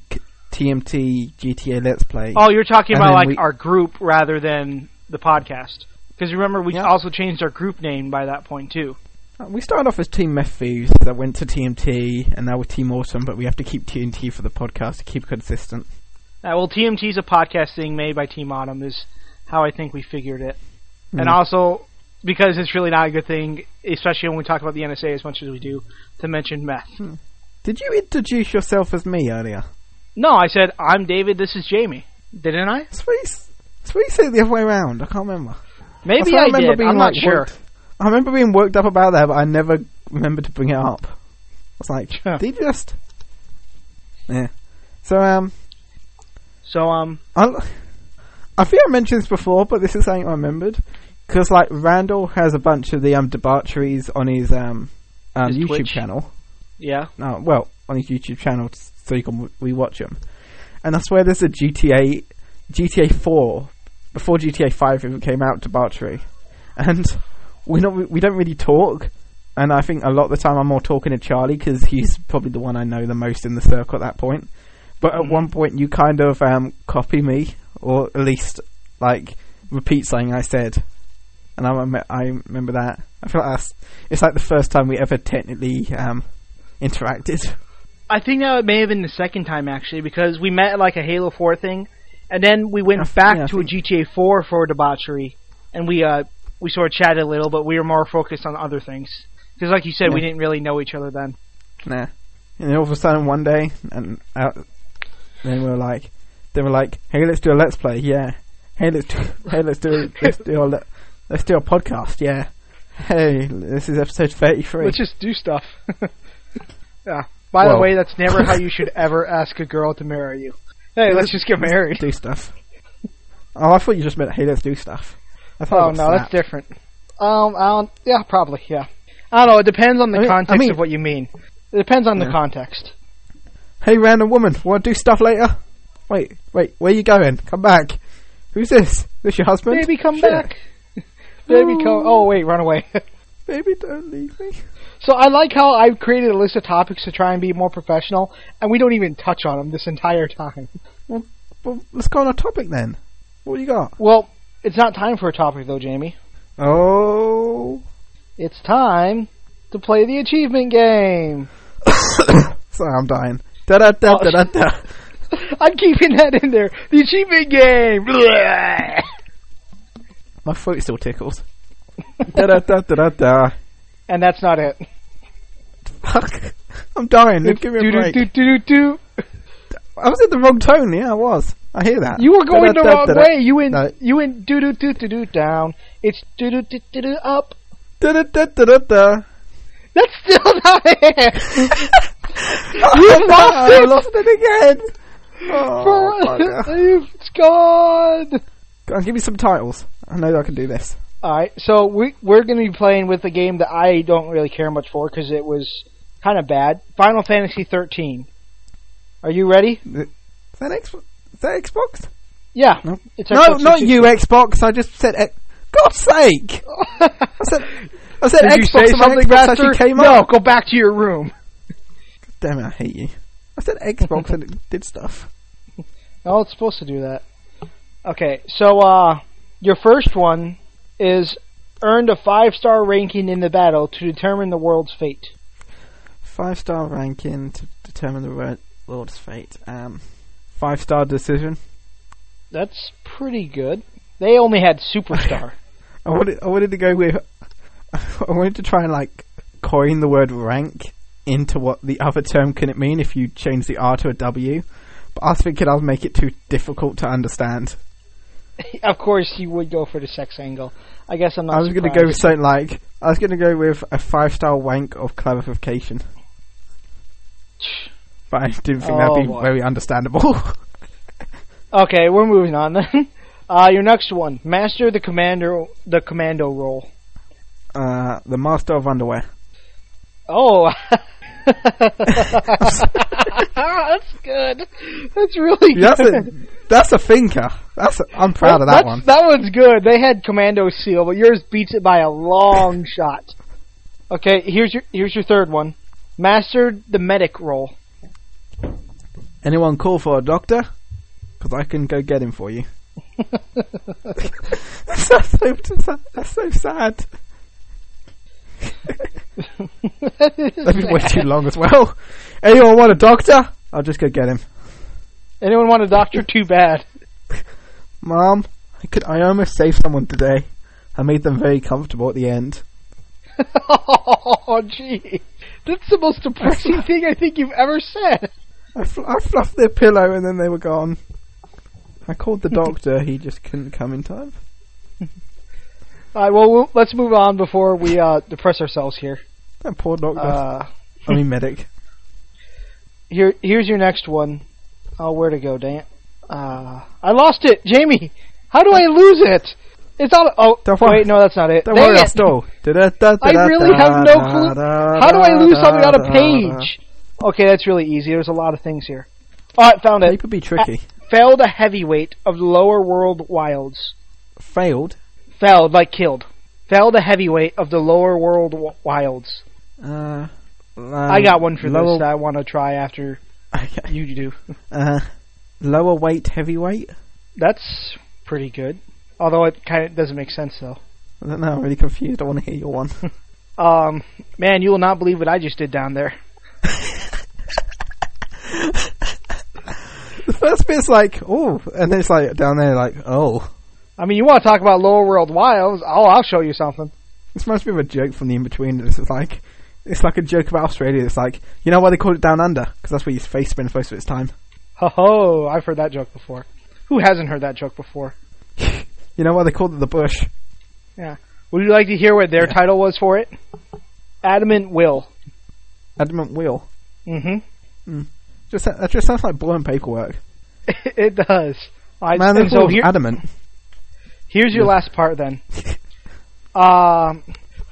TMT GTA let's play.
Oh, you're talking
And
about
then
like
we-
our group rather than the podcast. Because remember, we
Yeah.
also changed our group name by that point too.
Uh, We started off as Team Meth Thieves, that went to TMT, and now we're Team Awesome, but we have to keep TNT for the podcast to keep consistent.
Uh, well, TMT's a podcast thing made by Team Autumn is how I think we figured it, and
Mm.
also because it's really not a good thing, especially when we talk about the NSA as much as we do, to mention meth.
Did you introduce yourself as me earlier?
No, I said I'm David. This is Jamie. Didn't I?
That's what you, s- that's what you said the other way around. I can't remember. That's
Maybe
what
I, did. I'm not
like,
sure.
worked- I remember being worked up about that, but I never remembered to bring it up. I was like,
Yeah.
did you just? Yeah. So um,
So um,
I I think I mentioned this before, but this is something I remembered because like Randall has a bunch of the um debaucheries on his um, um
His
YouTube
Twitch.
channel.
yeah.
No, well, on his YouTube channel, s- so you can w- rewatch them. And I swear, there's a GTA GTA Four before GTA Five even came out debauchery, and we not we don't really talk. And I think a lot of the time I'm more talking to Charlie because he's probably the one I know the most in the circle at that point. But at
Mhm.
one point, you kind of um, copy me, or at least like repeat something I said. And I, rem- I remember that. I feel like that's, it's like the first time we ever technically um, interacted.
I think that it may have been the second time actually because we met at like a Halo Four thing, and then we went
I th-
back
yeah, I
to a
think-
GTA Four for debauchery, and we uh we sort of chatted a little, but we were more focused on other things because, like you said, we
Yeah.
didn't really know each other then.
Nah. And then all of a sudden one day, and out, then we were like, they were like, hey, let's do a let's play, yeah. Hey, let's do, hey, let's do, let's do a, let- let's do a podcast, yeah. Hey, this is episode thirty-three.
Let's just do stuff. yeah. By the
Well.
way, that's never how you should ever ask a girl to marry you. Hey, let's just get married.
do stuff. Oh, I thought you just meant hey, let's do stuff. I thought
Oh
it was
no, that's
that.
different. Um, I don't, yeah, probably, yeah. I don't know. It depends on the
I mean- I
context
mean-
of what you mean. It depends on the
Yeah.
context.
Hey, random woman, want to do stuff later? Wait, wait, where you going? Come back. Who's this? This your husband?
Baby, come
Sure.
back. Baby, come. Oh wait, run away.
Baby, don't leave me.
so I like how I've created a list of topics to try and be more professional, and we don't even touch on them this entire time.
Well, let's go on a topic then. What you got?
Well, it's not time for a topic though, Jamie.
Oh,
It's time to play the achievement game.
sorry, I'm dying. Da da
Oh,
da da da da.
I'm keeping that in there. The achievement game. Blah.
My throat still tickles. Da da da da da da.
and that's not it.
Fuck. I'm dying. Give me a break.
Do-do-do-do-do.
I was in the wrong tone. Yeah, I was. I hear that.
You were going the
Da-da-da-da-da.
wrong way. You went.
No.
You went do do do do do down. It's do do do do do up.
Da da da da da da.
That's still not it. You lost
I
it!
lost it again. Oh, bugger.
it's gone.
Go on, give me some titles. I know I can do this.
All right, so we we're going to be playing with a game that I don't really care much for because it was kind of bad. Final Fantasy 13. Are you ready?
Is that, X- is that Xbox?
Yeah.
No.
It's
No,
Xbox
not
360.
you, Xbox. I just said, X- God's sake! I said, I said
Did
Xbox.
you say
and
something,
Xbox
Master?
actually came
no,
up.
go back to your room.
Damn it, I hate you. I said Xbox and it did stuff.
No, it's supposed to do that. Okay, so uh, your first one is earned a five star ranking in the battle to determine the world's fate.
Five star ranking to determine the wor- world's fate. Um, five star decision.
That's pretty good. They only had superstar.
I wanted, I wanted to go with. I wanted to try and like coin the word rank into what the other term can it mean if you change the R to a W. But I was thinking I'll make it too difficult to understand.
of course, you would go for the sex angle. I guess I'm not.
I was going to go with something like I was going to go with a five star wank of clarification, but I didn't think
Oh,
that'd be
boy.
very understandable.
Okay, we're moving on then. Uh, your next one, master the commander, the commando role.
uh, the master of underwear.
Oh, that's good. That's really good.
That's a that's a thinker. That's a, I'm proud of that
That's-
one.
That one's good. They had Commando Seal, but yours beats it by a long shot. Okay, here's your here's your third one. Mastered the medic role.
Anyone call for a doctor? Because I can go get him for you. That's so, sad. that's so sad. That'd be way too long as well. Anyone want a doctor? I'll just go get him.
Anyone want a doctor? Too bad.
Mom, I could. I almost saved someone today. I made them very comfortable at the end.
oh, gee. That's the most depressing thing I think you've ever said.
I, fl- I fluffed their pillow and then they were gone. I called the doctor. he just couldn't come in time.
All right, well, we'll let's move on before we uh, depress ourselves here.
That poor doctor.
Uh,
I mean medic.
here, here's your next one. Oh, where to go, dang it. Uh, I lost it, Jamie. How do I lose it? It's all. Oh,
Don't worry.
wait, no, that's not it.
Don't
Dang
worry, I
it.
stole. I
I really have no clue. How do I lose something on a page? Okay, that's really easy. There's a lot of things here. All right, found
They
it.
could be tricky.
Felled a heavyweight of lower world wilds.
Failed.
Felled, like killed. Felled a heavyweight of the lower world w- wilds.
Uh,
I got one for
lower,
this that I want to try after
Okay.
you do.
Uh, lower weight, heavyweight.
That's pretty good. Although it kind of doesn't make sense though.
I don't know. I'm really confused. I want to hear your one.
Um, man, you will not believe what I just did down there.
the first bit's like, oh, and then it's like down there, like, oh.
I mean, you want to talk about lower world wilds? Oh, I'll show you something.
This must be a joke from the in between. It's like, it's like a joke about Australia. It's like, you know why they call it down under? Because that's where your face spends most of its time.
Ho ho! I've heard that joke before. Who hasn't heard that joke before?
You know why they called it the bush?
Would you like to hear what their title was for it? Adamant Will.
Adamant wheel.
Mm-hmm.
Just that that just sounds like blown paperwork.
it does. All right,
Man,
and
this
so
so
here,
adamant.
here's your
Yeah.
last part then. um,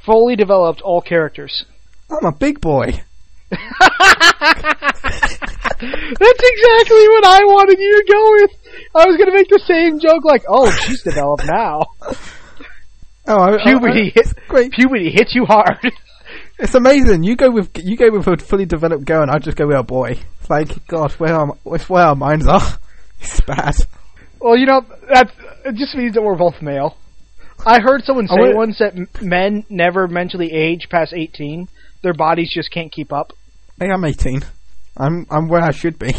fully developed all characters.
I'm a big boy.
That's exactly what I wanted you to go with. I was going to make the same joke, like, "Oh, she's developed now.
Oh, I, I-
Puberty
I-
hit.
great.
Puberty hits you hard."
It's amazing. You go with you go with a fully developed girl, and I just go with a boy. It's like God, where our it's where our minds are. It's bad.
well, you know, that it just means that we're both male. I heard someone say
would-
once that m- men never mentally age past eighteen. Their bodies just can't keep up.
Hey, I'm 18. I'm I'm where I should be.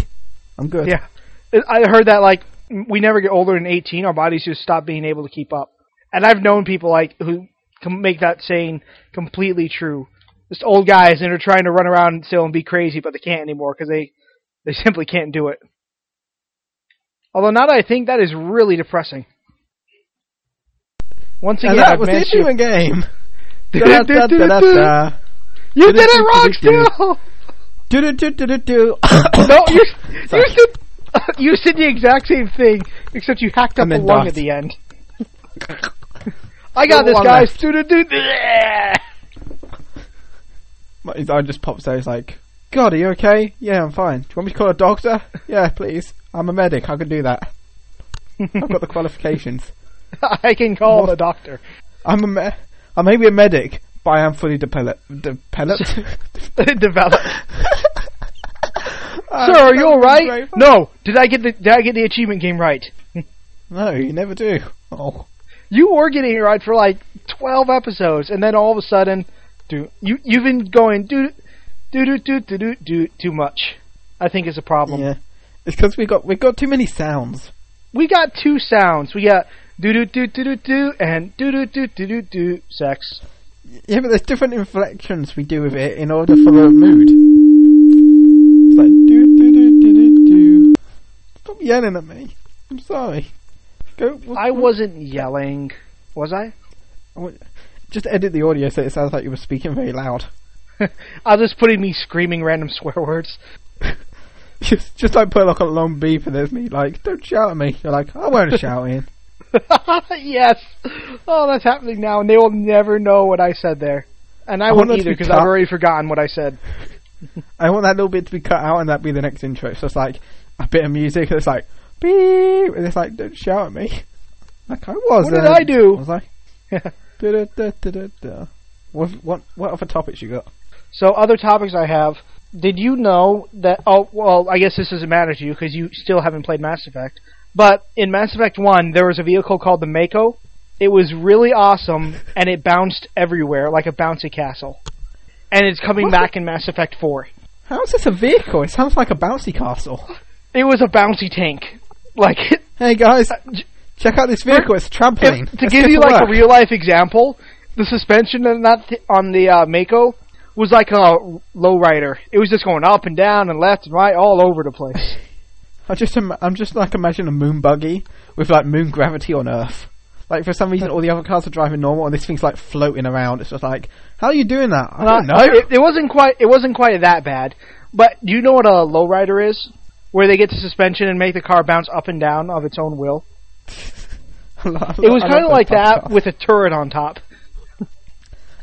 I'm good.
Yeah, I I heard that like we never get older than eighteen. Our bodies just stop being able to keep up. And I've known people like who can make that saying completely true. Just old guys and are trying to run around still and be crazy, but they can't anymore because they they simply can't do it. Although now that I think that is really depressing. Once
And
again,
that
I've
was the
managed to-
Inhuman game.
Du- du- du- du-
Da-da-da-da-da-da.
You
du-
did it wrong,
du- du-
still.
Do-do-do-do-do-do.
No, you
Sorry.
you said you said the exact same thing, except you hacked up
And
a
then
lung
died.
at the end. I
Little
got this,
lung
guys.
left.
Do do do. bleh.
My I just pops out. He's like, God, are you okay? Yeah, I'm fine. Do you want me to call a doctor? Yeah, please. I'm a medic. I can do that. I've got the qualifications.
I can call the doctor.
I'm a me- I may be a medic, but I am fully developed. Developed.
Develop.
Uh,
Sir, are you all right? No. Did I get the Did I get the achievement game right?
No, you never do. Oh,
You were getting it right for like twelve episodes, and then all of a sudden, do you you've been going do do do do do do do too much. I think is a problem.
yeah. It's because we got we got too many sounds.
we got two sounds. We got do do do do do do and do do do do do do sex.
Yeah, but there's different inflections we do with it in order for the mood. It's like do do do do do do. Stop yelling at me. I'm sorry. Go.
I wasn't yelling, was I?
Just edit the audio so it sounds like you were speaking very loud.
I was just putting me screaming random swear words.
Just, just like put like a long beep and there's me like, don't shout at me. You're like, I won't shout in.
yes. Oh, that's happening now, and they will never know what I said there. And I,
I want
won't
that to
either
be
because
cut.
I've already forgotten what I said.
I want that little bit to be cut out and that be the next intro. So it's like a bit of music and it's like beep and it's like don't shout at me. Like I was.
What did I do?
Was I? Da-da-da-da-da-da. What what what other topics you got?
So other topics I have. Did you know that? Oh, well, I guess this doesn't matter to you because you still haven't played Mass Effect. But in Mass Effect 1, there was a vehicle called the Mako. It was really awesome, and it bounced everywhere like a bouncy castle. And it's coming
What?
back in Mass Effect 4.
How is this a vehicle? It sounds like a bouncy castle.
It was a bouncy tank. Like,
Hey guys,
j-
check out this vehicle. It's a trampoline.
if- to
Let's
give
get
you like
work.
a real life example, the suspension on that th- on the uh, Mako was like a low rider. It was just going up and down and left and right all over the place.
I just Im- I'm just like imagine a moon buggy with like moon gravity on Earth. Like for some reason, all the other cars are driving normal, and this thing's like floating around. It's just like, how are you doing that? I don't
Uh,
know.
It, it wasn't quite. It wasn't quite that bad. But do you know what a lowrider is? Where they get the suspension and make the car bounce up and down of its own will.
I lo-
It was
I love
kind of
those
like
types of
that
cars.
with a turret on top.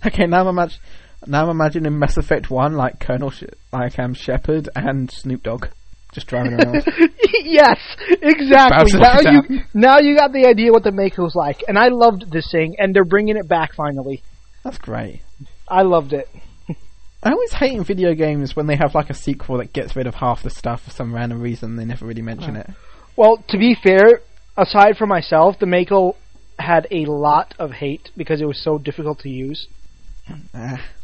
Okay, now I'm imagine now I'm imagining Mass Effect One like Colonel Sh- like um Shepard and Snoop Dogg just driving around.
yes, exactly.
Bouncing
Now
up and
you now you got the idea what the Mako's like, and I loved this thing, and they're bringing it back finally.
That's great.
I loved it.
I always hate in video games when they have like a sequel that gets rid of half the stuff for some random reason. They never really mention it.
Well, to be fair, aside from myself, the Mako had a lot of hate because it was so difficult to use.
Ah.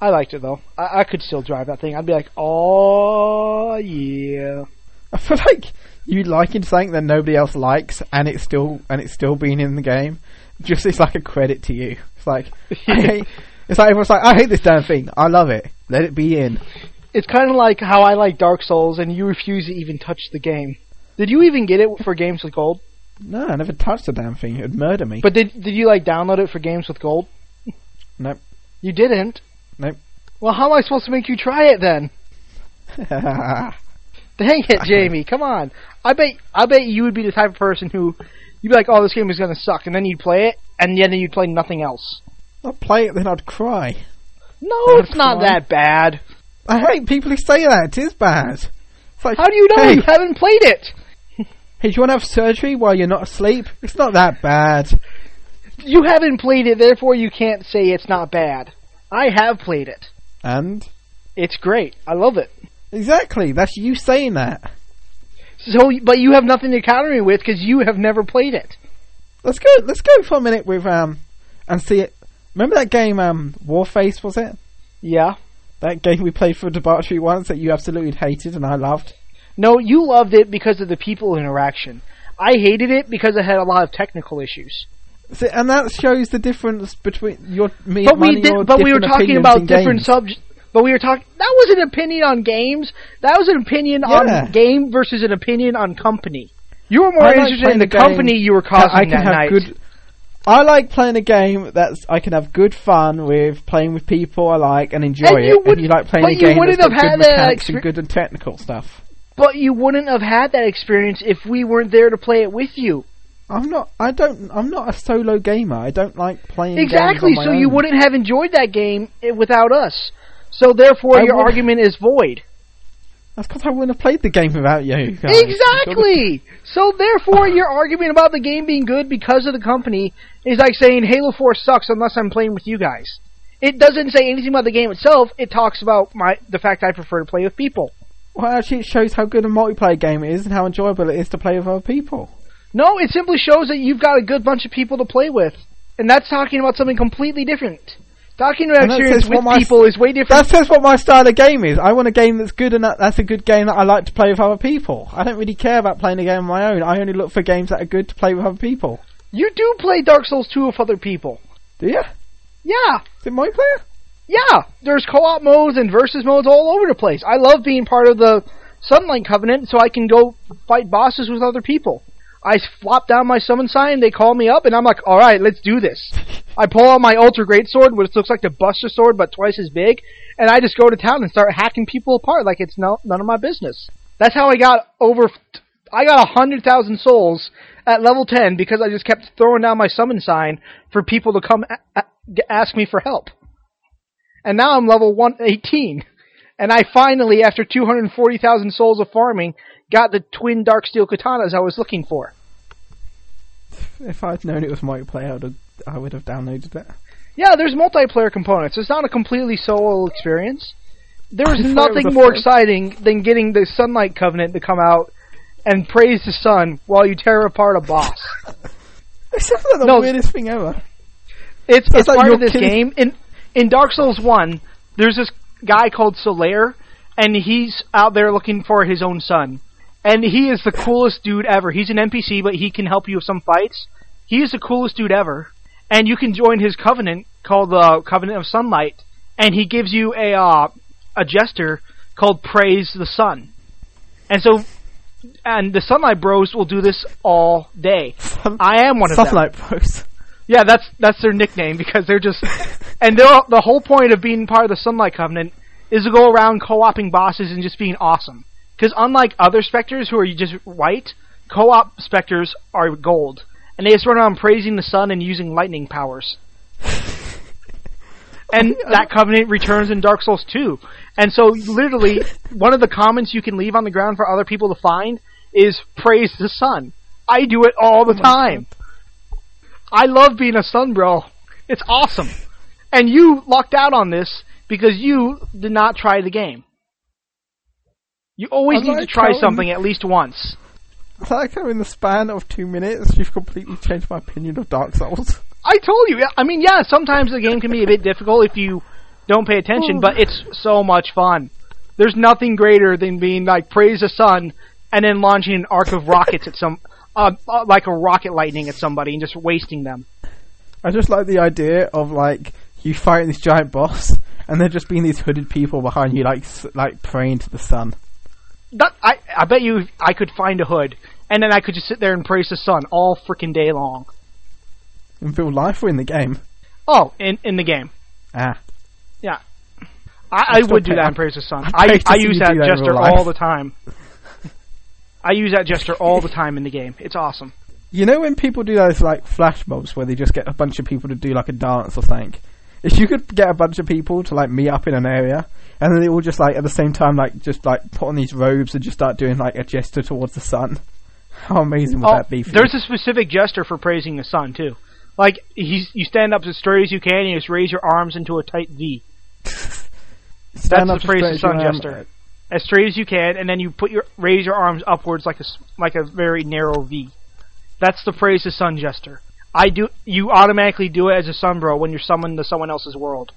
I liked it though. I, I could still drive that thing. I'd be like, oh yeah.
I feel like you liking something that nobody else likes, and it's still and it's still being in the game. Just it's like a credit to you. It's like I hate, it's like everyone's like, I hate this damn thing. I love it. Let it be in.
It's kind of like how I like Dark Souls, and you refuse to even touch the game. Did you even get it for Games with Gold?
No, I never touched the damn thing. It'd murder me.
But did did you like download it for Games with Gold?
Nope.
You didn't.
Nope.
Well, how am I supposed to make you try it then? Dang it, Jamie! Come on. I bet I bet you would be the type of person who you'd be like, "Oh, this game is gonna suck," and then you'd play it, and then you'd play nothing else.
I'll play it, then I'd cry.
No, it's not
Come on.
that bad.
I hate people who say that. It is bad. It's like,
How do you know
Hey,
you haven't played it?
hey, do you want to have surgery while you're not asleep? It's not that bad.
You haven't played it, therefore you can't say it's not bad. I have played it.
And
It's great. I love it.
exactly, that's you saying that.
So, but you have nothing to counter me with because you have never played it.
Let's go. Let's go for a minute with um, and see it. Remember that game um, Warface was it?
Yeah.
That game we played for debauchery once that you absolutely hated and I loved.
No, you loved it because of the people interaction. I hated it because it had a lot of technical issues.
See, and that shows the difference between your me.
But
mine
we
and
did.
your
But we were
different
talking
opinions
about
in
different
games.
subjects. But we were talking. That was an opinion on games. That was an opinion
Yeah.
on game versus an opinion on company. You were more
I like
interested
playing
in the
a game
company you were
that
causing
I can
that
have
night.
good. I like playing a game that's I can have good fun with, playing with people I like and enjoy
And
it.
you would-
and you like playing
but
a
you
game
wouldn't
that's got
have had
good
that
mechanics
exper-
and good and technical stuff.
But you wouldn't have had that experience if we weren't there to play it with you.
I'm not. I don't. I'm not a solo gamer. I don't like playing. games on
Exactly.
my
So you
own.
wouldn't have enjoyed that game eh, without us. So therefore,
I
your
would-
argument is void.
That's because I wouldn't have played the game without you. guys.
Exactly. So therefore, your argument about the game being good because of the company is like saying Halo Four sucks unless I'm playing with you guys. It doesn't say anything about the game itself. It talks about my the fact I prefer to play with people.
Well, actually, it shows how good a multiplayer game it is and how enjoyable it is to play with other people.
No, it simply shows that you've got a good bunch of people to play with, and that's talking about something completely different. Talking about
And that
experience
says what
with
my-
people is way different.
That says what my style of game is. I want a game that's good and that, that's a good game that I like to play with other people. I don't really care about playing a game on my own. I only look for games that are good to play with other people.
You do play Dark Souls 2 with other people.
Do you?
Yeah.
Is it multiplayer?
Yeah, there's co-op modes and versus modes all over the place. I love being part of the Sunlight Covenant, so I can go fight bosses with other people. I flop down my summon sign, they call me up, and I'm like, "All right, let's do this." I pull out my ultra great sword, which looks like the Buster Sword but twice as big, and I just go to town and start hacking people apart like it's no, none of my business. That's how I got over. I got a hundred thousand souls at level ten because I just kept throwing down my summon sign for people to come a- a- ask me for help and now I'm level 118. And I finally, after 240,000 souls of farming, got the twin dark steel katanas I was looking for.
If I'd known it was multiplayer, I would have, I would have downloaded it.
Yeah, there's multiplayer components. It's not a completely solo experience. There
I
is
thought it was
nothing
a
more
first.
exciting than getting the Sunlight Covenant to come out and praise the sun while you tear apart a boss.
It's just like the
No.
weirdest thing ever.
It's,
That's
it's
like
part
your
of this
kid's-
game. In in Dark Souls One, there's this guy called Solaire, and he's out there looking for his own son. And he is the coolest dude ever. He's an NPC, but he can help you with some fights. He is the coolest dude ever. And you can join his covenant called the Covenant of Sunlight, and he gives you a uh, a jester called Praise the Sun. And so, and the Sunlight Bros will do this all day.
Sun-
I am one of them.
Sunlight post.
Yeah, that's that's their nickname because they're just, and they're, the whole point of being part of the Sunlight Covenant is to go around co-oping bosses and just being awesome. Because unlike other specters who are just white, co-op specters are gold, and they just run around praising the sun and using lightning powers. and that covenant returns in Dark Souls 2. And so, literally, one of the comments you can leave on the ground for other people to find is praise the sun. I do it all the time. I love being a sun bro. It's awesome. And you lucked out on this because you did not try the game. You always
I'm
need to
not
try
telling-
something at least once.
It's like how in the span of two minutes you've completely changed my opinion of Dark Souls.
I told you. yeah, I mean, yeah, sometimes the game can be a bit difficult if you don't pay attention, but it's so much fun. There's nothing greater than being like praise the sun and then launching an arc of rockets at some uh, uh, like a rocket lightning at somebody and just wasting them.
I just like the idea of like you fighting this giant boss and there just being these hooded people behind you, like s- like praying to the sun.
That I I bet you I could find a hood and then I could just sit there and praise the sun all freaking day long.
In real life or in the game?
Oh, in in the game.
Ah,
Yeah. I, I
still
would do
pay-
that in Praise the Sun.
I'd pay
I,
to
I
see
use
you
that
do that in real
jester
life.
all the time. I use that jester all the time in the game. It's awesome.
you know when people do those like flash mobs where they just get a bunch of people to do like a dance or something. If you could get a bunch of people to like meet up in an area and then they all just like at the same time like just like put on these robes and just start doing like a gesture towards the sun. How amazing would
Oh,
that be? For you?
there's a specific gesture for praising the sun too. Like he's, you stand up as straight as you can and you just raise your arms into a tight V,
Stand
that's
up
the phrase
straight
the sun
as you are.
jester. as straight as you can, and then you put your raise your arms upwards like a s- like a very narrow V. That's the praise the sun gesture. I do. You automatically do it as a sun bro when you're summoned to someone else's world.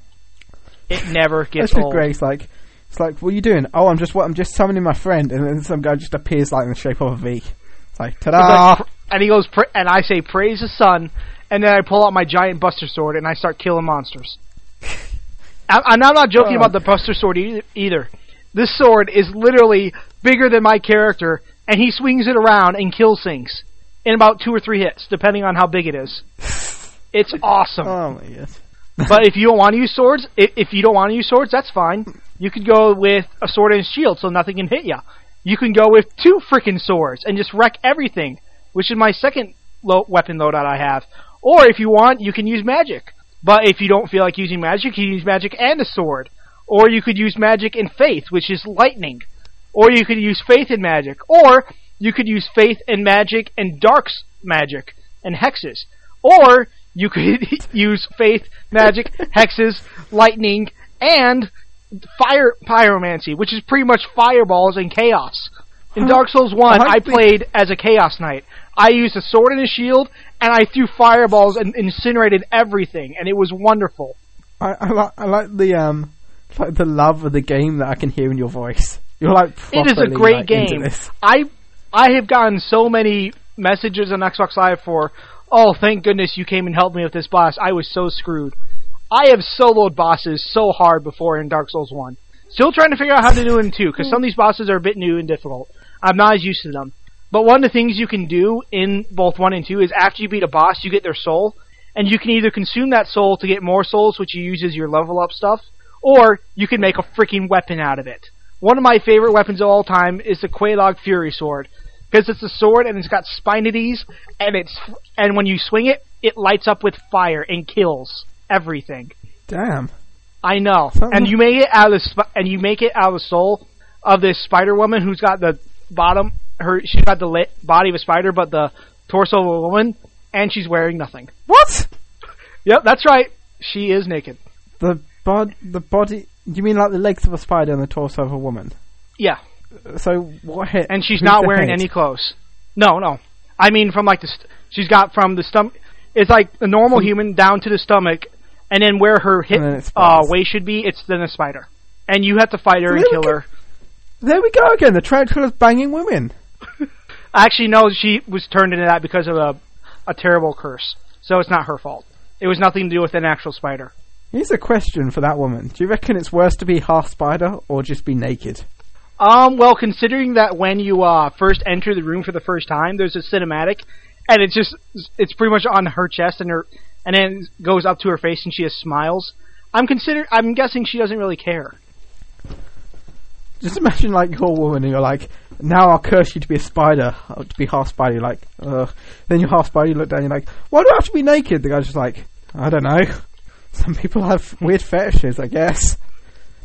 It never
That's
gets
just
old.
great. It's like, it's like, what are you doing? Oh, I'm just, what, I'm just summoning my friend, and then some guy just appears like in the shape of a V. It's like,
It's
ta-da!
like, pr- and he goes, pra- and I say, "Praise the sun," and then I pull out my giant Buster Sword and I start killing monsters. I- and I'm not joking
Oh.
about the Buster Sword e- either. This sword is literally bigger than my character, and he swings it around and kills things in about two or three hits, depending on how big it is. It's awesome.
oh my god.
but if you don't want to use swords, i- if you don't want to use swords, that's fine. You could go with a sword and shield, so nothing can hit ya. You can go with two freaking swords and just wreck everything, which is my second lo- weapon loadout I have. Or if you want, you can use magic. But if you don't feel like using magic, you can use magic and a sword. Or you could use magic and faith, which is lightning. Or you could use faith and magic. Or you could use faith and magic and darks magic and hexes. Or you could use faith, magic, hexes, lightning, and fire pyromancy, which is pretty much fireballs and chaos. In Dark Souls One,
I
I,
think-
played as a chaos knight. I used a sword and a shield, and I threw fireballs and incinerated everything, and it was wonderful.
I, I, like, I like the, um, like the love of the game that I can hear in your voice. You're like,
It is a
properly,
great
like, into
game.
this.
I I have gotten so many messages on Xbox Live for, oh, thank goodness you came and helped me with this boss. I was so screwed. I have soloed bosses so hard before in Dark Souls One. Still trying to figure out how to do in two because some of these bosses are a bit new and difficult. I'm not as used to them. But one of the things you can do in both one and two is after you beat a boss, you get their soul, and you can either consume that soul to get more souls, which you use as your level up stuff, or you can make a freaking weapon out of it. One of my favorite weapons of all time is the Qualog Fury Sword because it's a sword and it's got spinities, and it's and when you swing it, it lights up with fire and kills everything.
Damn.
I know.
Something-
And you make it out of the sp- and you make it out of the soul of this Spider Woman who's got the bottom her she's got the la- body of a spider but the torso of a woman and she's wearing nothing.
What?
Yep, that's right. She is naked.
The bod, the body, you mean like the legs of a spider and the torso of a woman?
Yeah.
So what hit?
and she's
who
not
the
wearing
hit?
any clothes. No, no. I mean, from like the st- she's got from the stomach. It's like a normal human down to the stomach, and then where her hip
And then it
uh,
spawns.
waist should be, it's then a spider, and you have to fight her and
Really?
kill her.
There we go again. The tarantula's banging women.
Actually, no, she was turned into that because of a a terrible curse. So it's not her fault. It was nothing to do with an actual spider.
Here's a question for that woman. Do you reckon it's worse to be half spider or just be naked?
Um, well, considering that when you uh, first enter the room for the first time, there's a cinematic, and it's just it's pretty much on her chest and her, and then it goes up to her face, and she just smiles. I'm consider I'm guessing she doesn't really care.
Just imagine like you're a woman and you're like, now I'll curse you to be a spider, or to be half spider. You're like, ugh. Then you're half spider. You look down. You're like, why do I have to be naked? The guy's just like, I don't know. Some people have weird fetishes, I guess.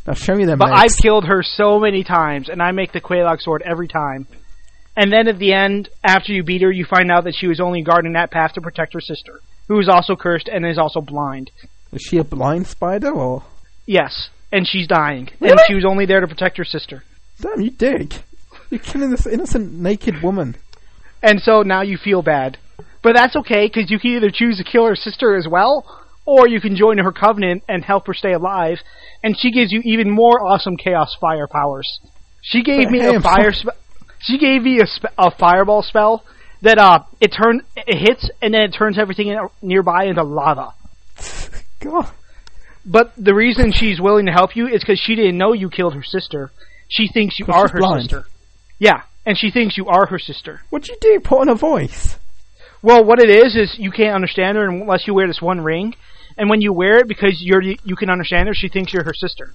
Now show me them.
But
legs.
I've killed her so many times, and I make the Qualock sword every time. And then at the end, after you beat her, you find out that she was only guarding that path to protect her sister, who is also cursed and is also blind.
Is she a blind spider or?
Yes, and she's dying, and
Really?
she was only there to protect her sister.
Damn, you dick! You're killing this innocent naked woman.
and so now you feel bad. But that's okay because you can either choose to kill her sister as well, or you can join her covenant and help her stay alive. And she gives you even more awesome chaos fire powers. She gave me a
Damn.
fire. Spe- she gave me a, spe- a fireball spell that uh it turn it hits and then it turns everything in, nearby into lava.
God,
But the reason she's willing to help you is because she didn't know you killed her sister. She thinks you
'Cause
are
she's
her
blind.
sister. Yeah, and she thinks you are her sister.
what'd you do? Put on a voice.
Well, what it is is you can't understand her unless you wear this one ring, and when you wear it because you're you can understand her, she thinks you're her sister.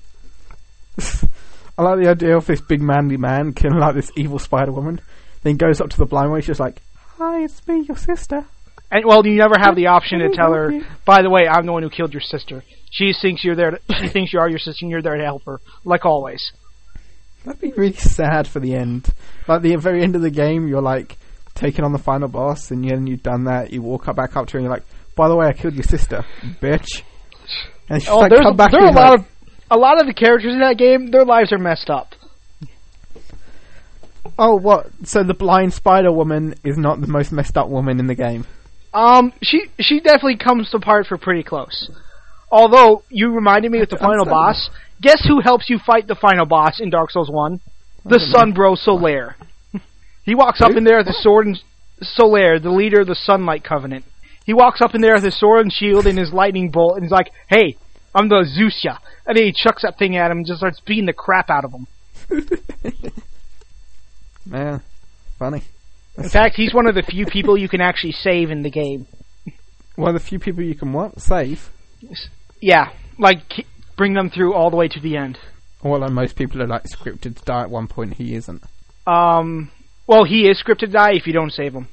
I like the idea of this big manly man killing like this evil spider woman. Then goes up to the blind one. She's just like, "Hi, it's me, your sister."
And well, you never have the option to
Oh,
tell her.
okay.
By the way, I'm the one who killed your sister. She thinks you're there. To, she thinks you are your sister, and you're there to help her, like always.
That'd be really sad for the end. Like the very end of the game, you're like taking on the final boss, and then you've done that. You walk up back up to her, and you're like, "By the way, I killed your sister, bitch." And she's
Oh,
like,
there's
"Come back."
there are a
and you're
lot
like,
of a lot of the characters in that game. Their lives are messed up.
Oh, what? So the blind spider woman is not the most messed up woman in the game.
Um, she she definitely comes apart for pretty close. Although you reminded me with the
That's
final
understandable.
boss. Guess who helps you fight the final boss in Dark Souls One? The Sunbro Solaire. he walks up in there with the sword and Solaire, the leader of the Sunlight Covenant. He walks up in there with his sword and shield and his lightning bolt, and he's like, "Hey, I'm the Zeusya," and then he chucks that thing at him and just starts beating the crap out of him.
Man, funny.
In fact, he's one of the few people you can actually save in the game.
One of the few people you can what save,
Yeah, like k- bring them through all the way to the end.
or like most people are like scripted to die at one point. He isn't.
Um, well, he is scripted to die if you don't save him.